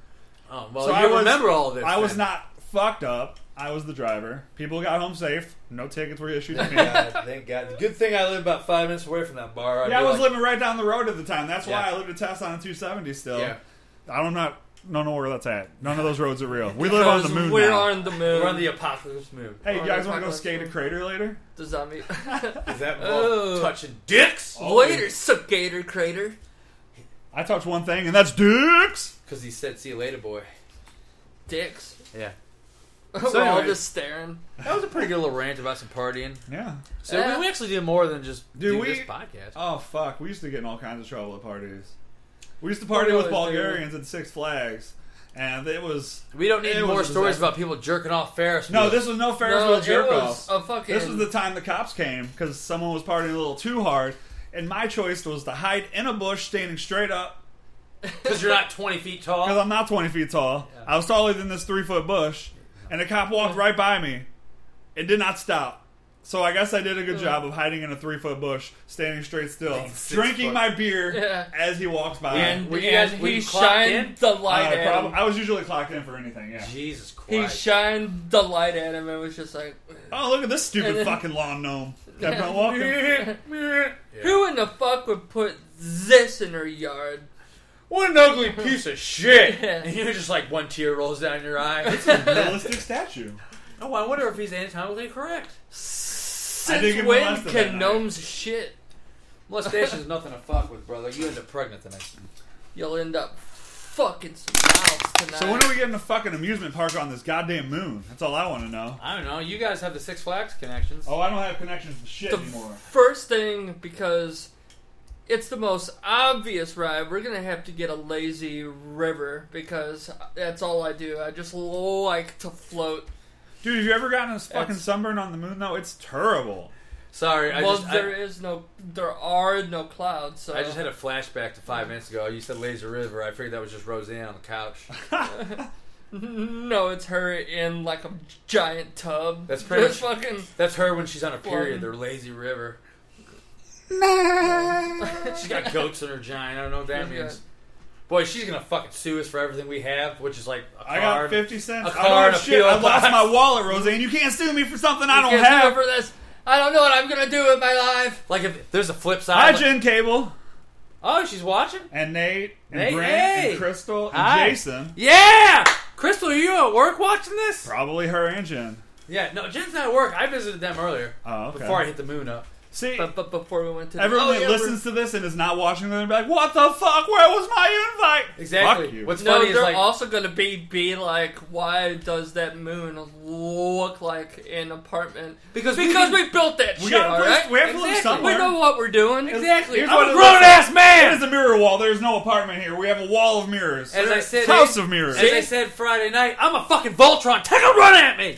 Speaker 1: Oh, well,
Speaker 3: so
Speaker 1: you
Speaker 3: I was,
Speaker 1: remember all of this.
Speaker 3: I was
Speaker 1: then.
Speaker 3: not fucked up. I was the driver. People got home safe. No tickets were issued to me. yeah,
Speaker 1: God, thank God. Good thing I live about five minutes away from that bar. I'd
Speaker 3: I
Speaker 1: be
Speaker 3: was
Speaker 1: like,
Speaker 3: living right down the road at the time. That's why
Speaker 1: Yeah.
Speaker 3: I lived at Tesla on 270 still.
Speaker 1: Yeah.
Speaker 3: I don't not don't know where that's at. None of those roads are real. We live on the
Speaker 2: Because
Speaker 3: moon
Speaker 2: We're
Speaker 3: now.
Speaker 2: on the moon.
Speaker 1: We're on the apocalypse moon.
Speaker 3: hey, you
Speaker 2: on
Speaker 3: guys
Speaker 2: the
Speaker 3: want to go
Speaker 2: apocalypse
Speaker 3: skate a
Speaker 2: moon.
Speaker 3: crater later?
Speaker 2: Does that mean
Speaker 1: Is that
Speaker 2: Oh.
Speaker 1: involve touching dicks?
Speaker 2: later, Sugator Crater?
Speaker 3: I touched one thing, and that's dicks.
Speaker 1: Because he said, "See you later, boy."
Speaker 2: Dicks.
Speaker 1: Yeah,
Speaker 2: We're all
Speaker 1: anyway.
Speaker 2: just staring.
Speaker 1: that was a pretty good little rant about some partying.
Speaker 3: Yeah.
Speaker 1: So
Speaker 2: Yeah.
Speaker 1: we, we actually did more than just
Speaker 3: Dude,
Speaker 1: do
Speaker 3: we-
Speaker 1: this podcast.
Speaker 3: Oh fuck, we used to get in all kinds of trouble at parties. We used to party
Speaker 2: we
Speaker 3: with
Speaker 2: always do.
Speaker 3: Bulgarians at Six Flags, and it was
Speaker 1: we don't need
Speaker 3: it was
Speaker 1: more
Speaker 3: a
Speaker 1: stories
Speaker 3: disaster.
Speaker 1: about people jerking off Ferris.
Speaker 3: no.
Speaker 1: wheels.
Speaker 3: This was no Ferris
Speaker 2: no,
Speaker 3: wheel
Speaker 2: it
Speaker 3: jerk
Speaker 2: was
Speaker 3: off.
Speaker 2: a fucking.
Speaker 3: This was the time the cops came because someone was partying a little too hard, and my choice was to hide in a bush, standing straight up
Speaker 1: because you're not 20 feet
Speaker 3: because
Speaker 1: tall.
Speaker 3: I'm not 20 feet tall. I was taller than this three foot bush, and the cop walked right by me. It did not stop. So I guess I did a good job of hiding in a three foot bush, standing straight still,
Speaker 1: Six
Speaker 3: drinking
Speaker 1: foot.
Speaker 3: my beer
Speaker 2: Yeah.
Speaker 3: as he walked by.
Speaker 2: and,
Speaker 1: Were you
Speaker 2: and
Speaker 1: guys- were
Speaker 2: he
Speaker 1: you clocked
Speaker 2: shined
Speaker 1: in?
Speaker 2: the light
Speaker 3: I,
Speaker 2: at
Speaker 3: Uh, prob-
Speaker 2: him.
Speaker 3: I was usually clocked in for anything, yeah.
Speaker 1: Jesus
Speaker 2: he
Speaker 1: Christ!
Speaker 2: shined the light at him and was just like,
Speaker 3: Oh, look at this stupid
Speaker 2: And then-
Speaker 3: fucking lawn gnome. Kept on walking.
Speaker 2: "Who in the fuck would put this in her yard?"
Speaker 1: What an ugly piece of shit!
Speaker 2: Yeah.
Speaker 1: And you're just like one tear rolls down your eye.
Speaker 3: Realistic statue.
Speaker 1: oh, I wonder if he's anatomically correct.
Speaker 3: didn't
Speaker 2: Since
Speaker 3: give him less
Speaker 2: when
Speaker 3: than that
Speaker 2: can
Speaker 3: night.
Speaker 2: gnomes shit?
Speaker 1: Molestation's nothing to fuck with, brother. You end up pregnant the next.
Speaker 2: You'll end up fucking some mouths tonight.
Speaker 3: So when are we getting a fucking amusement park on this goddamn moon? That's all I want to know.
Speaker 1: I don't know. You guys have the Six Flags connections.
Speaker 3: Oh, I don't have connections to shit
Speaker 2: The
Speaker 3: anymore.
Speaker 2: first thing because it's the most obvious ride. We're gonna have to get a lazy river because that's all I do. I just like to float.
Speaker 3: Dude, have you ever gotten a fucking
Speaker 2: That's-
Speaker 3: sunburn on the moon though? It's terrible.
Speaker 1: Sorry, I
Speaker 2: well,
Speaker 1: just
Speaker 2: there
Speaker 1: I,
Speaker 2: is no, there are no clouds. So
Speaker 1: I just had a flashback to five minutes ago. You said Laser River. I figured that was just Roseanne on the couch.
Speaker 2: no. It's her in like a giant tub.
Speaker 1: That's pretty
Speaker 2: Just fucking.
Speaker 1: That's her when she's on a period. They're Lazy River. She's got goats in her giant. I don't know what that
Speaker 2: She's
Speaker 1: means. Boy, she's gonna fucking sue us for everything we have, which is like a
Speaker 3: I
Speaker 1: card.
Speaker 3: got fifty cents.
Speaker 1: A
Speaker 3: I don't
Speaker 1: card,
Speaker 3: know
Speaker 1: a
Speaker 3: shit. I
Speaker 1: PO
Speaker 3: lost
Speaker 1: box.
Speaker 3: my wallet, Roseanne. You can't sue me for something I don't
Speaker 2: Can't
Speaker 3: have.
Speaker 2: remember this. I don't know what I'm gonna do with my life.
Speaker 1: Like if there's a flip
Speaker 3: Hi,
Speaker 1: side. like-
Speaker 3: Jen Cable
Speaker 1: oh, she's watching.
Speaker 3: and Nate and
Speaker 1: Nate,
Speaker 3: Brent
Speaker 1: hey.
Speaker 3: and Crystal and
Speaker 1: Hi.
Speaker 3: Jason.
Speaker 1: Yeah, Crystal, are you at work watching this?
Speaker 3: Probably her and Jen.
Speaker 1: Yeah, no, Jen's not at work. I visited them earlier
Speaker 3: Oh, okay.
Speaker 1: before I hit the moon up.
Speaker 3: See,
Speaker 2: But, but before we went to the-
Speaker 3: everyone
Speaker 2: Oh,
Speaker 3: that
Speaker 2: yeah,
Speaker 3: listens to this and is not watching, they're gonna be like, "What the fuck? Where was my invite?"
Speaker 1: Exactly.
Speaker 3: Fuck you.
Speaker 1: What's
Speaker 2: No,
Speaker 1: funny is
Speaker 2: they're
Speaker 1: like
Speaker 2: also gonna be be like, why does that moon look like an apartment?
Speaker 1: because
Speaker 2: Because
Speaker 1: we,
Speaker 2: we built that
Speaker 3: we
Speaker 2: shit,
Speaker 3: got
Speaker 2: all right?
Speaker 3: we have to live
Speaker 1: Exactly.
Speaker 2: We
Speaker 3: somewhere.
Speaker 2: know what we're doing.
Speaker 1: exactly.
Speaker 3: Here's
Speaker 1: I'm
Speaker 3: what it
Speaker 1: a
Speaker 3: looks
Speaker 1: grown ass
Speaker 3: It is
Speaker 1: man.
Speaker 3: a mirror wall. There's no apartment here. We have a wall of mirrors.
Speaker 1: As I said,
Speaker 3: house of mirrors.
Speaker 1: as I said Friday night, I'm a fucking Voltron. Take a run at me.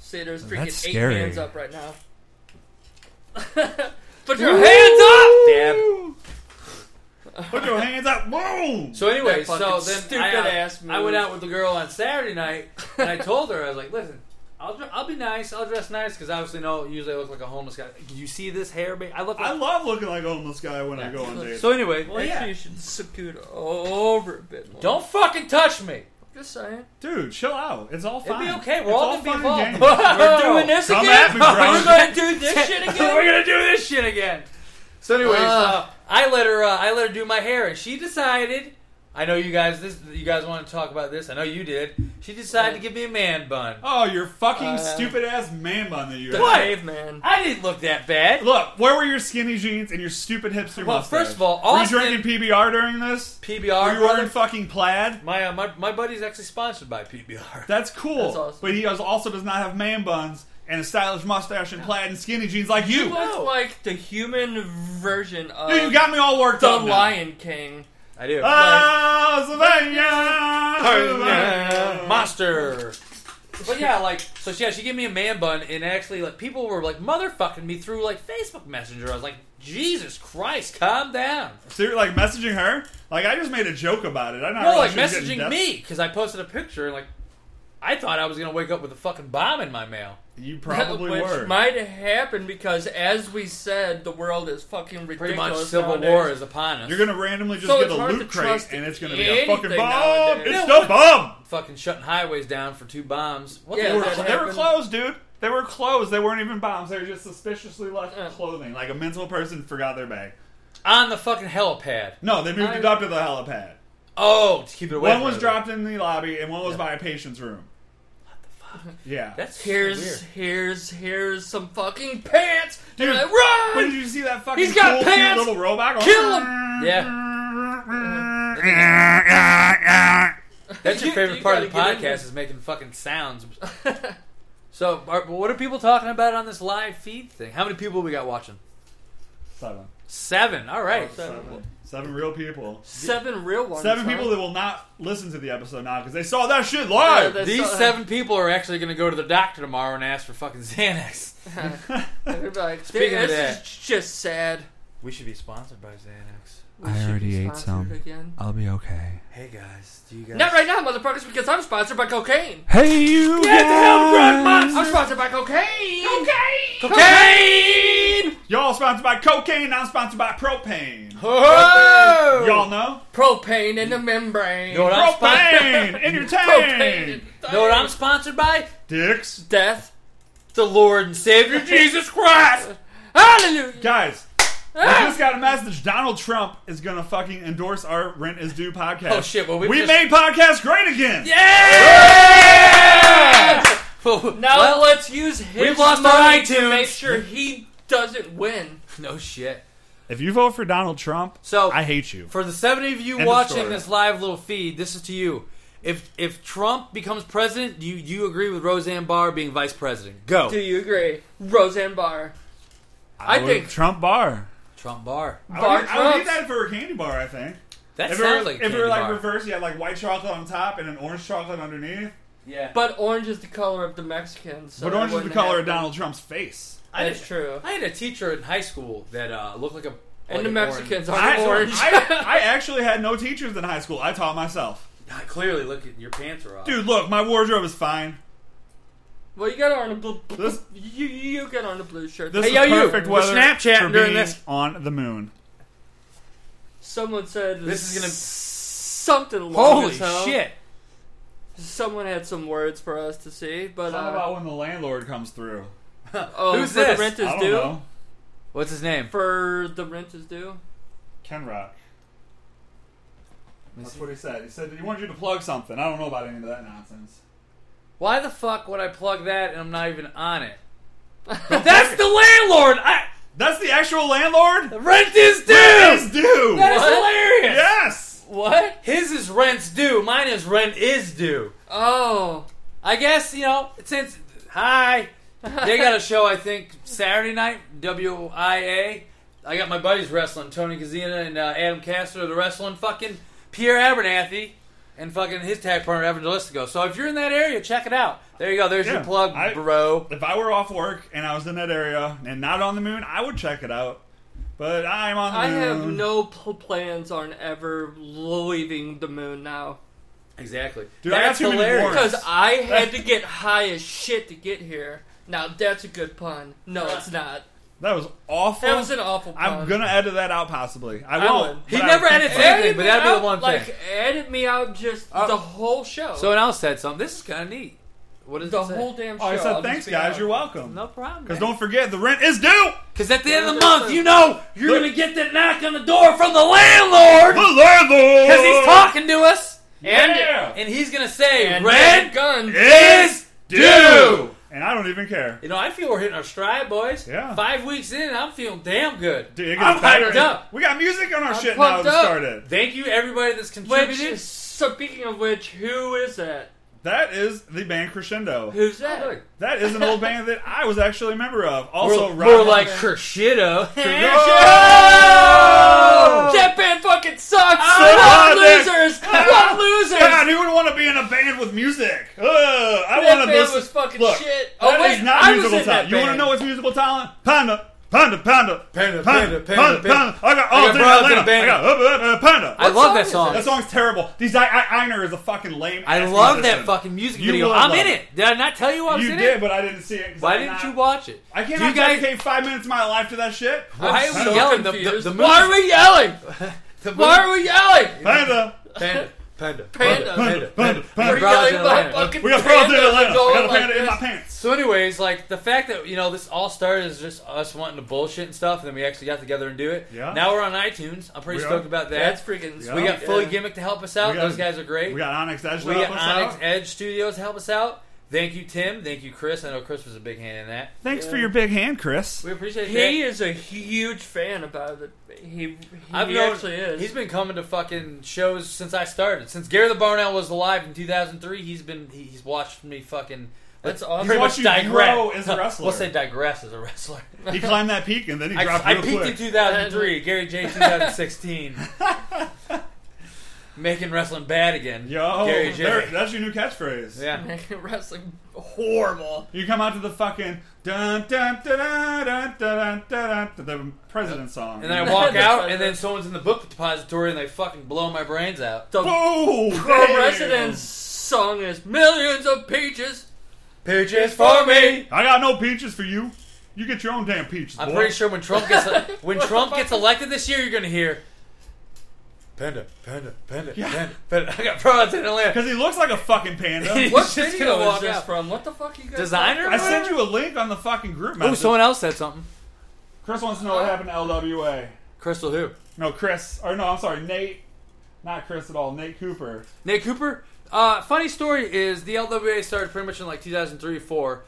Speaker 2: See, there's freaking
Speaker 3: That's
Speaker 2: eight
Speaker 3: scary.
Speaker 2: hands up right now. Put your hands up!
Speaker 1: Dab.
Speaker 3: Put your hands up. Boom.
Speaker 1: So anyway,
Speaker 2: That
Speaker 1: so
Speaker 2: fucking
Speaker 1: then
Speaker 2: stupid
Speaker 1: I, uh,
Speaker 2: ass move.
Speaker 1: I went out with the girl on Saturday night, and I told her I was like, "Listen, I'll dr- I'll be nice. I'll dress nice because obviously, no, usually I look like a homeless guy. You see this hair? ba- I look
Speaker 3: I
Speaker 1: like
Speaker 3: love looking like a homeless guy when I go on dates.
Speaker 1: so anyway.
Speaker 2: Well, yeah. you should scoot over a bit more.
Speaker 1: Don't fucking touch me.
Speaker 2: Just saying.
Speaker 3: Dude, chill out. It's all
Speaker 1: It'll
Speaker 3: fine.
Speaker 1: be okay. We're
Speaker 3: It's
Speaker 1: all, gonna be
Speaker 3: fun and
Speaker 1: involved.
Speaker 3: games.
Speaker 2: We're doing this
Speaker 3: Come
Speaker 2: again?
Speaker 3: at me, bro.
Speaker 2: We're gonna do this shit again?
Speaker 1: We're gonna do this shit again. So, anyways, uh,
Speaker 2: Uh.
Speaker 1: I let her. Uh, I let her do my hair, and she decided. I know you guys. This you guys want to talk about this. I know you did. She decided to give me a man bun.
Speaker 3: oh, your fucking
Speaker 2: Uh,
Speaker 3: stupid ass man bun that you
Speaker 1: What?
Speaker 3: have.
Speaker 2: Caveman.
Speaker 1: I didn't look that bad.
Speaker 3: Look, where were your skinny jeans and your stupid hipster
Speaker 1: Well,
Speaker 3: mustache?
Speaker 1: first of all, Austin-
Speaker 3: were you drinking PBR during this?
Speaker 1: PBR.
Speaker 3: were you wearing
Speaker 1: brother.
Speaker 3: fucking plaid?
Speaker 1: My, uh, my my buddy's actually sponsored by PBR.
Speaker 3: That's cool.
Speaker 2: That's awesome.
Speaker 3: But he does- also does not have man buns and a stylish mustache and plaid and skinny jeans like you.
Speaker 2: He looks like the human version of
Speaker 3: Dude, you got me all worked
Speaker 2: the
Speaker 3: up. now. Oh,
Speaker 2: Lion King.
Speaker 1: I do.
Speaker 3: Pennsylvania.
Speaker 1: uh, Monster. But yeah, like so. She, yeah, she gave me a man bun, and actually, like people were like motherfucking me through like Facebook Messenger. I was like, Jesus Christ, calm down.
Speaker 3: So you're like messaging her? Like I just made a joke about it. I not
Speaker 1: No, like
Speaker 3: realize she was getting
Speaker 1: messaging
Speaker 3: death-
Speaker 1: me because I posted a picture and like I thought I was gonna wake up with a fucking bomb in my mail.
Speaker 3: You probably
Speaker 2: Which
Speaker 3: were.
Speaker 2: might happen because, as we said, the world is fucking ridiculous.
Speaker 1: Pretty much, civil
Speaker 2: nowadays.
Speaker 1: war is upon us.
Speaker 3: You're gonna randomly just
Speaker 2: So
Speaker 3: get
Speaker 2: it's
Speaker 3: a
Speaker 2: hard
Speaker 3: loot
Speaker 2: to
Speaker 3: crate,
Speaker 2: trust
Speaker 3: and it's gonna be a fucking bomb.
Speaker 2: anything nowadays.
Speaker 3: It's
Speaker 1: Yeah,
Speaker 3: the bomb.
Speaker 1: fucking shutting highways down for two bombs. What
Speaker 2: Yeah,
Speaker 3: They
Speaker 1: the
Speaker 3: were,
Speaker 1: fuck?
Speaker 2: that
Speaker 3: they were
Speaker 2: happened.
Speaker 3: closed, dude. They were closed. They weren't even bombs. They were just suspiciously left
Speaker 2: Yeah.
Speaker 3: clothing, like a mental person forgot their bag.
Speaker 1: on the fucking helipad?
Speaker 3: No, they moved
Speaker 2: I-
Speaker 3: it up to the helipad.
Speaker 1: Oh, to keep it away.
Speaker 3: One
Speaker 1: from
Speaker 3: was
Speaker 1: everyone.
Speaker 3: dropped in the lobby, and one was by a patient's room. What the fuck? Yeah.
Speaker 1: That's
Speaker 2: Here's
Speaker 1: weird.
Speaker 2: here's here's some fucking pants.
Speaker 3: Dude,
Speaker 2: Dude, like,
Speaker 3: When
Speaker 2: run!
Speaker 3: did you see that fucking
Speaker 2: He's got
Speaker 3: cool,
Speaker 2: pants!
Speaker 3: cute little robot? Going,
Speaker 2: Kill him!
Speaker 3: Yeah.
Speaker 1: That's your
Speaker 2: You-
Speaker 1: favorite
Speaker 2: you
Speaker 1: part of the
Speaker 2: gotta get in
Speaker 1: podcast is making fucking sounds. so, are, what are people talking about on this live feed thing? How many people we got watching?
Speaker 3: Seven.
Speaker 1: Seven. All right.
Speaker 2: Oh, seven.
Speaker 3: Seven real people.
Speaker 2: Seven real ones.
Speaker 3: Seven
Speaker 2: huh?
Speaker 3: people that will not listen to the episode now because they saw that shit
Speaker 2: Yeah,
Speaker 3: live.
Speaker 2: that's-
Speaker 1: These
Speaker 2: so-
Speaker 1: seven people are actually going to go to the doctor tomorrow and ask for fucking Xanax.
Speaker 2: They're like,
Speaker 1: Speaking of
Speaker 2: this is
Speaker 1: that.
Speaker 2: just sad.
Speaker 1: We should be sponsored by Xanax.
Speaker 2: We should be sponsored Again.
Speaker 5: I'll be okay.
Speaker 1: Hey guys, do you guys?
Speaker 2: Not right now, motherfuckers, because I'm sponsored by cocaine.
Speaker 5: Hey, you
Speaker 1: Get the hell, Grunt
Speaker 2: I'm
Speaker 1: Monster!
Speaker 2: sponsored by cocaine. Cocaine.
Speaker 1: Cocaine!
Speaker 3: Y'all sponsored by cocaine, I'm sponsored by propane.
Speaker 1: Oh!
Speaker 3: Y'all know?
Speaker 2: Propane in the membrane.
Speaker 1: Know what I'm sponsored?
Speaker 3: Propane in your
Speaker 2: propane. In
Speaker 3: tank.
Speaker 2: the-
Speaker 1: know what I'm sponsored by?
Speaker 3: Dicks.
Speaker 2: Death.
Speaker 1: The Lord and Savior Jesus Christ.
Speaker 2: Hallelujah.
Speaker 3: Guys,
Speaker 2: Ah!
Speaker 3: I just got a message. Donald Trump is going to fucking endorse our Rent is Due podcast.
Speaker 1: Oh, shit, well, we
Speaker 3: we
Speaker 1: just-
Speaker 3: made podcast great again. Yeah.
Speaker 1: Yeah!
Speaker 2: Now
Speaker 1: well,
Speaker 2: let's use his
Speaker 1: we've lost our
Speaker 2: money to
Speaker 1: iTunes.
Speaker 2: make sure he doesn't win.
Speaker 1: no shit.
Speaker 3: If you vote for Donald Trump,
Speaker 1: So
Speaker 3: I hate you.
Speaker 1: For the seventy of you
Speaker 3: End of
Speaker 1: watching
Speaker 3: story.
Speaker 1: this live little feed, this is to you. If if Trump becomes president, do you, you agree with Roseanne Barr being vice president? Go.
Speaker 2: Do you agree, Roseanne Barr? I,
Speaker 3: would-
Speaker 2: think
Speaker 3: Trump bar.
Speaker 1: Trump Barr.
Speaker 3: I
Speaker 2: Bar
Speaker 3: would, I would
Speaker 2: Trump.
Speaker 3: eat that for a candy bar. I think
Speaker 1: That
Speaker 3: if it
Speaker 1: sounds
Speaker 3: were,
Speaker 1: like a
Speaker 3: if it
Speaker 1: candy
Speaker 3: were like
Speaker 1: bar.
Speaker 3: reverse, you had like white chocolate on top and an orange chocolate underneath.
Speaker 4: Yeah.
Speaker 2: But orange is the color of the Mexicans. So
Speaker 3: but
Speaker 2: that
Speaker 3: orange is the
Speaker 2: wouldn't
Speaker 3: color
Speaker 2: happen.
Speaker 3: of Donald Trump's face.
Speaker 1: I
Speaker 2: That's
Speaker 1: did-
Speaker 2: true.
Speaker 1: I had a teacher in high school that uh, looked like a like
Speaker 2: And the
Speaker 1: an
Speaker 2: Mexicans
Speaker 1: orange-
Speaker 2: aren't
Speaker 3: I,
Speaker 2: orange.
Speaker 3: I, I actually had no teachers in high school. I taught myself.
Speaker 1: Clearly, look at your pants are off.
Speaker 3: Dude, look, my wardrobe is fine.
Speaker 2: well, you got on a blue.
Speaker 3: This-
Speaker 2: you you get on a blue shirt.
Speaker 3: This
Speaker 1: Hey,
Speaker 3: is
Speaker 1: yo, you,
Speaker 3: perfect
Speaker 1: we're
Speaker 3: weather
Speaker 1: Snapchatting
Speaker 3: for
Speaker 1: during
Speaker 3: being
Speaker 1: this.
Speaker 3: on the moon.
Speaker 2: Someone said
Speaker 1: This is gonna-
Speaker 2: something. long
Speaker 1: holy
Speaker 2: as hell.
Speaker 1: shit!
Speaker 2: Someone had some words for us to see, but
Speaker 3: How
Speaker 2: uh,
Speaker 3: about when the landlord comes through?
Speaker 2: oh,
Speaker 1: Who's
Speaker 2: for
Speaker 1: this?
Speaker 2: the rent is
Speaker 3: I don't
Speaker 2: due.
Speaker 3: know.
Speaker 1: What's his name?
Speaker 2: For the rent is due.
Speaker 3: Ken Rock. That's what he said. He said he wanted you to plug something. I don't know about any of that nonsense.
Speaker 1: Why the fuck would I plug that and I'm not even on it? That's the landlord. I,
Speaker 3: That's the actual landlord?
Speaker 1: rent is due.
Speaker 3: Rent is due!
Speaker 1: That is
Speaker 2: What?
Speaker 1: hilarious.
Speaker 3: Yes!
Speaker 2: What?
Speaker 1: His is rent's due. Mine is rent is due.
Speaker 2: Oh,
Speaker 1: I guess you know since hi, they got a show I think Saturday night WIA. I got my buddies wrestling Tony Kazina and uh, Adam Caster. They're wrestling fucking Pierre Abernathy and fucking his tag partner Evan Delistico. So if you're in that area, check it out. There you go. There's
Speaker 3: Yeah,
Speaker 1: your plug,
Speaker 3: I-
Speaker 1: bro.
Speaker 3: If I were off work and I was in that area and not on the moon, I would check it out. But I'm on the
Speaker 2: I
Speaker 3: moon.
Speaker 2: have no pl- plans on ever leaving the moon now.
Speaker 1: Exactly.
Speaker 3: Dude, I got
Speaker 1: That's
Speaker 3: too many
Speaker 1: hilarious.
Speaker 3: warrants.
Speaker 2: Because I had to get high as shit to get here. Now that's a good pun. No, it's not.
Speaker 3: That was awful.
Speaker 2: That was an awful pun.
Speaker 3: I'm gonna edit that out possibly. I,
Speaker 2: I
Speaker 3: won't.
Speaker 2: would.
Speaker 1: He
Speaker 3: but I
Speaker 1: never
Speaker 3: would think
Speaker 1: edits
Speaker 3: about it.
Speaker 1: anything. but that'd be the
Speaker 2: out,
Speaker 1: one
Speaker 2: like,
Speaker 1: thing.
Speaker 2: edit me out just
Speaker 1: Uh,
Speaker 2: the whole show.
Speaker 1: Someone else said something. This is kind of neat. What does
Speaker 2: the
Speaker 1: it say?
Speaker 2: whole damn show.
Speaker 3: Oh, I
Speaker 2: I'll
Speaker 3: said
Speaker 2: just
Speaker 3: thanks,
Speaker 2: be
Speaker 3: guys.
Speaker 2: out.
Speaker 3: You're welcome.
Speaker 1: No problem.
Speaker 3: Because
Speaker 1: man.
Speaker 3: don't forget, the rent is due.
Speaker 1: Because at the end of the
Speaker 2: Yeah,
Speaker 1: month, you know you're
Speaker 3: Look-
Speaker 1: going to get that knock on the door from the landlord
Speaker 3: The landlord.
Speaker 1: because he's talking to us, and
Speaker 3: Yeah.
Speaker 1: and he's going to say
Speaker 2: And
Speaker 1: red
Speaker 2: gun.
Speaker 3: Is due. And I don't even care.
Speaker 1: You know, I feel we're hitting our stride, boys.
Speaker 3: Yeah.
Speaker 1: Five weeks in, and I'm feeling damn good.
Speaker 3: Dude, it gets
Speaker 1: I'm
Speaker 3: better.
Speaker 1: hyped up.
Speaker 3: We got music on our shit now
Speaker 2: pumped
Speaker 3: to
Speaker 2: up.
Speaker 3: start it.
Speaker 1: Thank you, everybody that's
Speaker 2: Which,
Speaker 1: contributed.
Speaker 2: speaking of which, who is that?
Speaker 3: That is the band Crescendo.
Speaker 2: Who's
Speaker 1: Oh,
Speaker 2: that?
Speaker 1: look.
Speaker 3: That is an old band that I was actually a member of. Also,
Speaker 1: we're,
Speaker 3: Rob-
Speaker 1: we're like crescendo.
Speaker 3: Oh!
Speaker 2: That band fucking sucks.
Speaker 3: Ah,
Speaker 2: what
Speaker 3: that-
Speaker 2: losers?
Speaker 3: Ah.
Speaker 2: what losers?
Speaker 3: God, who would want to be in a band with music? Ugh, I
Speaker 2: That
Speaker 3: want to
Speaker 2: band
Speaker 3: listen.
Speaker 2: was fucking
Speaker 3: Look,
Speaker 2: shit.
Speaker 3: That
Speaker 2: Oh,
Speaker 3: is
Speaker 2: wait,
Speaker 3: not
Speaker 2: I was
Speaker 3: musical
Speaker 2: in that
Speaker 3: talent. You want to
Speaker 2: band.
Speaker 3: know what's musical talent? Panda, panda, panda,
Speaker 1: Panda, panda,
Speaker 3: panda,
Speaker 1: panda,
Speaker 3: panda. I got
Speaker 1: I
Speaker 3: all
Speaker 1: got
Speaker 3: things
Speaker 1: Brother
Speaker 3: Atlanta. I
Speaker 1: Band.
Speaker 3: got uh, uh, uh, panda.
Speaker 1: I love
Speaker 2: What song
Speaker 1: that
Speaker 2: is
Speaker 1: song.
Speaker 3: that song's terrible. These I, I Einer is a fucking lame.
Speaker 1: I
Speaker 3: ass
Speaker 1: love
Speaker 3: musician.
Speaker 1: that fucking music
Speaker 3: You
Speaker 1: video.
Speaker 3: will
Speaker 1: I'm
Speaker 3: love
Speaker 1: in
Speaker 3: it.
Speaker 1: it. Did I not tell you I was
Speaker 3: You
Speaker 1: in
Speaker 3: did,
Speaker 1: it?
Speaker 3: but I didn't see it. 'cause
Speaker 1: Why
Speaker 3: I'm
Speaker 1: didn't
Speaker 3: not-
Speaker 1: you watch it?
Speaker 3: I
Speaker 1: Do
Speaker 3: cannot
Speaker 1: you guys,
Speaker 3: dedicate five minutes of my life to that shit.
Speaker 1: Why are
Speaker 2: I'm
Speaker 1: we
Speaker 2: so
Speaker 1: yelling? The- the-
Speaker 2: confused.
Speaker 1: the
Speaker 2: Why
Speaker 1: moon-
Speaker 2: are we yelling?
Speaker 1: The
Speaker 2: Why
Speaker 1: movie-
Speaker 2: are we yelling?
Speaker 3: Panda,
Speaker 1: Panda, panda,
Speaker 2: Panda.
Speaker 1: panda,
Speaker 3: Panda,
Speaker 1: panda,
Speaker 3: panda.
Speaker 2: We're
Speaker 1: Browns
Speaker 2: yelling
Speaker 1: in
Speaker 2: about
Speaker 1: Atlanta.
Speaker 2: fucking
Speaker 3: we got
Speaker 2: pandas
Speaker 3: Browns in Atlanta.
Speaker 2: and
Speaker 3: I
Speaker 2: going
Speaker 3: got a
Speaker 2: like
Speaker 3: panda in
Speaker 2: this.
Speaker 3: my pants.
Speaker 1: So, anyways, like the fact that you know this all started as just us wanting to bullshit and stuff, and then we actually got together and do it.
Speaker 3: Yeah.
Speaker 1: Now we're on iTunes. I'm pretty
Speaker 3: We
Speaker 1: stoked
Speaker 3: are.
Speaker 1: about
Speaker 2: That's
Speaker 1: that.
Speaker 2: freaking.
Speaker 3: Yeah.
Speaker 1: we got
Speaker 2: sweet.
Speaker 1: Fully
Speaker 2: Yeah.
Speaker 1: Gimmick to help us out.
Speaker 3: We got-
Speaker 1: Those guys are great.
Speaker 3: We got Onyx Edge. to
Speaker 1: We
Speaker 3: help
Speaker 1: got
Speaker 3: us
Speaker 1: Onyx
Speaker 3: out.
Speaker 1: Edge Studios to help us out. Thank you, Tim. Thank you, Chris. I know Chris was a big hand in that.
Speaker 3: Thanks for
Speaker 2: Yeah.
Speaker 3: your big hand, Chris.
Speaker 1: We appreciate
Speaker 2: He
Speaker 1: that.
Speaker 2: is a huge fan about it. He, he
Speaker 1: I've known-
Speaker 2: actually is.
Speaker 1: He's been coming to fucking shows since I started. Since Gary the Barnell was alive in 2003, he's been he, he's watched me fucking.
Speaker 2: That's awesome.
Speaker 1: Pretty
Speaker 3: He's
Speaker 1: much
Speaker 3: watched you grow
Speaker 1: digress.
Speaker 3: as a wrestler.
Speaker 1: we'll say digress as a wrestler.
Speaker 3: He climbed that peak and then he dropped
Speaker 1: I, I
Speaker 3: real
Speaker 1: peaked in
Speaker 3: quick.
Speaker 1: 2003. Gary J. 2016. Making wrestling bad again.
Speaker 3: Yo,
Speaker 1: Gary J.
Speaker 3: there- that's your new catchphrase.
Speaker 1: yeah.
Speaker 2: making wrestling horrible.
Speaker 3: You come out to the fucking dun dun dun dun dun dun dun, dun the president song.
Speaker 1: And then I walk out,
Speaker 2: That's
Speaker 1: and then someone's in the book depository, and they fucking blow my brains out.
Speaker 2: The
Speaker 3: Boom!
Speaker 2: Pro Resident's song is Millions of Peaches.
Speaker 1: Peaches for me.
Speaker 3: I got no peaches for you. You get your own damn peaches,
Speaker 1: I'm
Speaker 3: boy.
Speaker 1: pretty sure when Trump gets when
Speaker 2: What the
Speaker 1: Trump
Speaker 2: fuck
Speaker 1: gets
Speaker 2: is-
Speaker 1: elected this year, you're gonna hear panda, panda, panda, panda, panda. I got products in Atlanta.
Speaker 3: Because he looks like a fucking panda.
Speaker 2: What
Speaker 1: He's just
Speaker 2: video
Speaker 1: gonna
Speaker 2: is
Speaker 1: walk
Speaker 2: this
Speaker 1: out.
Speaker 2: from? What the fuck you guys
Speaker 1: Designer?
Speaker 3: I sent you a link on the fucking group
Speaker 1: Oh,
Speaker 3: message.
Speaker 1: someone else said something.
Speaker 3: Chris wants to know what happened to LWA.
Speaker 1: Crystal who?
Speaker 3: No, Chris. Or no, I'm sorry, Nate. Not Chris at all. Nate Cooper.
Speaker 1: Nate Cooper. Uh, funny story is the LWA started pretty much in like 2003, four,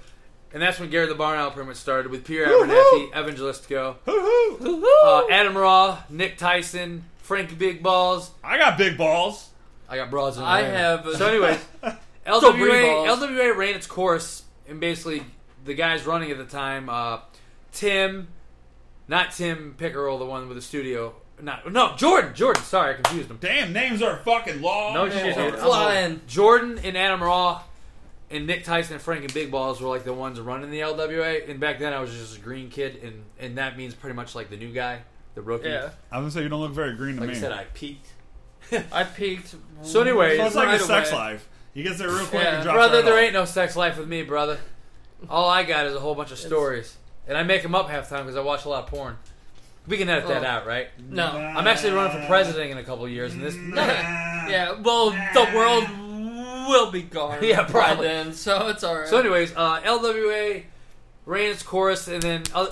Speaker 1: and that's when Gary the Barnow pretty much started with Pierre
Speaker 3: Woo-hoo!
Speaker 1: Abernathy, Evangelistico,
Speaker 3: Hoo hoo.
Speaker 1: uh, Adam Raw, Nick Tyson, Frankie Big Balls.
Speaker 3: I got big balls.
Speaker 1: I got bras in
Speaker 2: I
Speaker 1: Atlanta.
Speaker 2: have-
Speaker 1: So, anyways,
Speaker 2: Three
Speaker 1: LWA
Speaker 2: balls.
Speaker 1: LWA ran its course, and basically the guys running at the time, uh, Tim, not Tim Pickerel, the one with the studio, not no Jordan, Jordan. Sorry, I confused him.
Speaker 3: Damn, names are fucking long.
Speaker 1: No
Speaker 3: Damn.
Speaker 1: shit, dude.
Speaker 2: Flying.
Speaker 1: Jordan and Adam Raw and Nick Tyson and Frank and Big Balls were like the ones running the LWA. And back then, I was just a green kid, and and that means pretty much like the new guy, the rookie.
Speaker 2: Yeah,
Speaker 3: I was gonna say you don't look very green to
Speaker 1: Like
Speaker 3: me.
Speaker 1: I said, I peaked.
Speaker 2: I peaked.
Speaker 1: So anyway,
Speaker 3: so it's like
Speaker 2: right
Speaker 3: his sex
Speaker 2: away.
Speaker 3: life. He gets there real quick
Speaker 2: Yeah.
Speaker 3: and drops
Speaker 1: brother,
Speaker 3: right
Speaker 1: there
Speaker 3: off.
Speaker 1: ain't no sex life with me, brother. All I got is a whole bunch of stories, and I make them up half the time because I watch a lot of porn. We can edit that
Speaker 2: Oh.
Speaker 1: out, right?
Speaker 2: No.
Speaker 1: I'm actually running for president in a couple years, and this.
Speaker 2: Yeah. Well, the world will be gone.
Speaker 1: Yeah,
Speaker 2: by
Speaker 1: probably.
Speaker 2: Then, so it's all right.
Speaker 1: So, anyways, uh, LWA ran its course, and then other,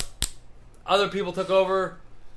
Speaker 1: other people took over,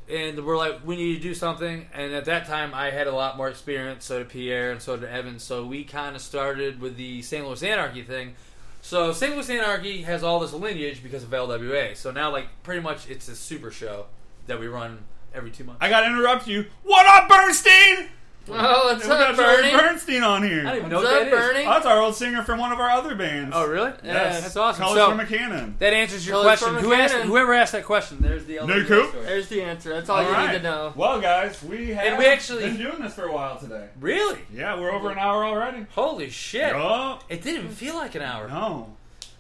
Speaker 1: and we're like, we need to do something. And at that time, I had a lot more experience, so did Pierre, and so did Evan. So we kind of started with the St. Louis Anarchy thing. So St. Louis Anarchy has all this lineage because of LWA. So now, like, pretty much, it's a super show that we run every two months.
Speaker 3: I gotta interrupt you. What up, Bernstein?
Speaker 2: oh, what's
Speaker 3: We got
Speaker 2: up,
Speaker 3: Jerry
Speaker 2: Bernie?
Speaker 3: Bernstein on here.
Speaker 1: I don't even know
Speaker 2: What's
Speaker 1: what that
Speaker 2: up,
Speaker 1: is.
Speaker 2: Bernie?
Speaker 3: Oh, that's our old singer from one of our other bands.
Speaker 1: Oh, really?
Speaker 3: Yes.
Speaker 1: That's awesome.
Speaker 3: Colors
Speaker 1: so
Speaker 3: from a cannon.
Speaker 1: that answers your
Speaker 2: Colors
Speaker 1: question.
Speaker 2: from a
Speaker 1: Who asked,
Speaker 2: cannon.
Speaker 1: whoever asked that question, there's the LWA
Speaker 3: Nick who?
Speaker 1: story.
Speaker 2: There's the answer.
Speaker 1: Oh,
Speaker 2: That's all,
Speaker 3: All
Speaker 2: you
Speaker 3: right.
Speaker 2: need to know.
Speaker 3: Well, guys, we have
Speaker 1: we actually-
Speaker 3: been doing this for a while today.
Speaker 1: Really?
Speaker 3: Yeah, we're over an hour already.
Speaker 1: Holy shit.
Speaker 3: Oh,
Speaker 1: It didn't feel like an hour.
Speaker 3: no.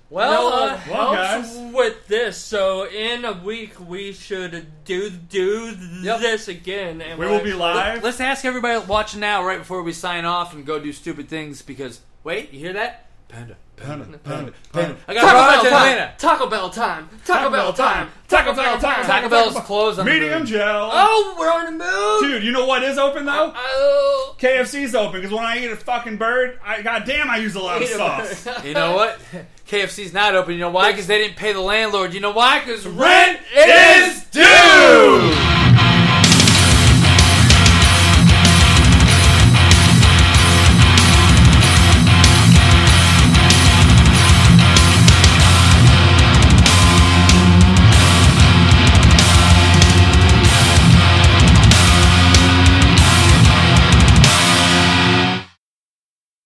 Speaker 1: Well,
Speaker 2: no,
Speaker 1: uh,
Speaker 2: it
Speaker 3: well,
Speaker 2: helps with this. So in a week we should do do
Speaker 1: Yep.
Speaker 2: this again, and
Speaker 3: We
Speaker 2: we'll-
Speaker 3: will be live.
Speaker 1: let's ask everybody watching now right before we sign off and go do stupid things because, wait, you hear that? Panda.
Speaker 3: Panda, panda, panda.
Speaker 1: I
Speaker 2: Taco
Speaker 1: got Roger
Speaker 2: Bell time.
Speaker 1: Atlanta.
Speaker 2: Taco Bell time. Taco Bell time. Taco Bell time.
Speaker 1: Taco Bell's closed on the
Speaker 3: Medium
Speaker 1: moon.
Speaker 3: gel.
Speaker 2: Oh, we're on the move.
Speaker 3: Dude, you know what is open though?
Speaker 2: Oh.
Speaker 3: KFC's open because when I eat a fucking bird, I goddamn I use a lot of sauce.
Speaker 1: You know what? KFC's not open. You know why? Because they didn't pay the landlord. You know why? Because rent
Speaker 3: is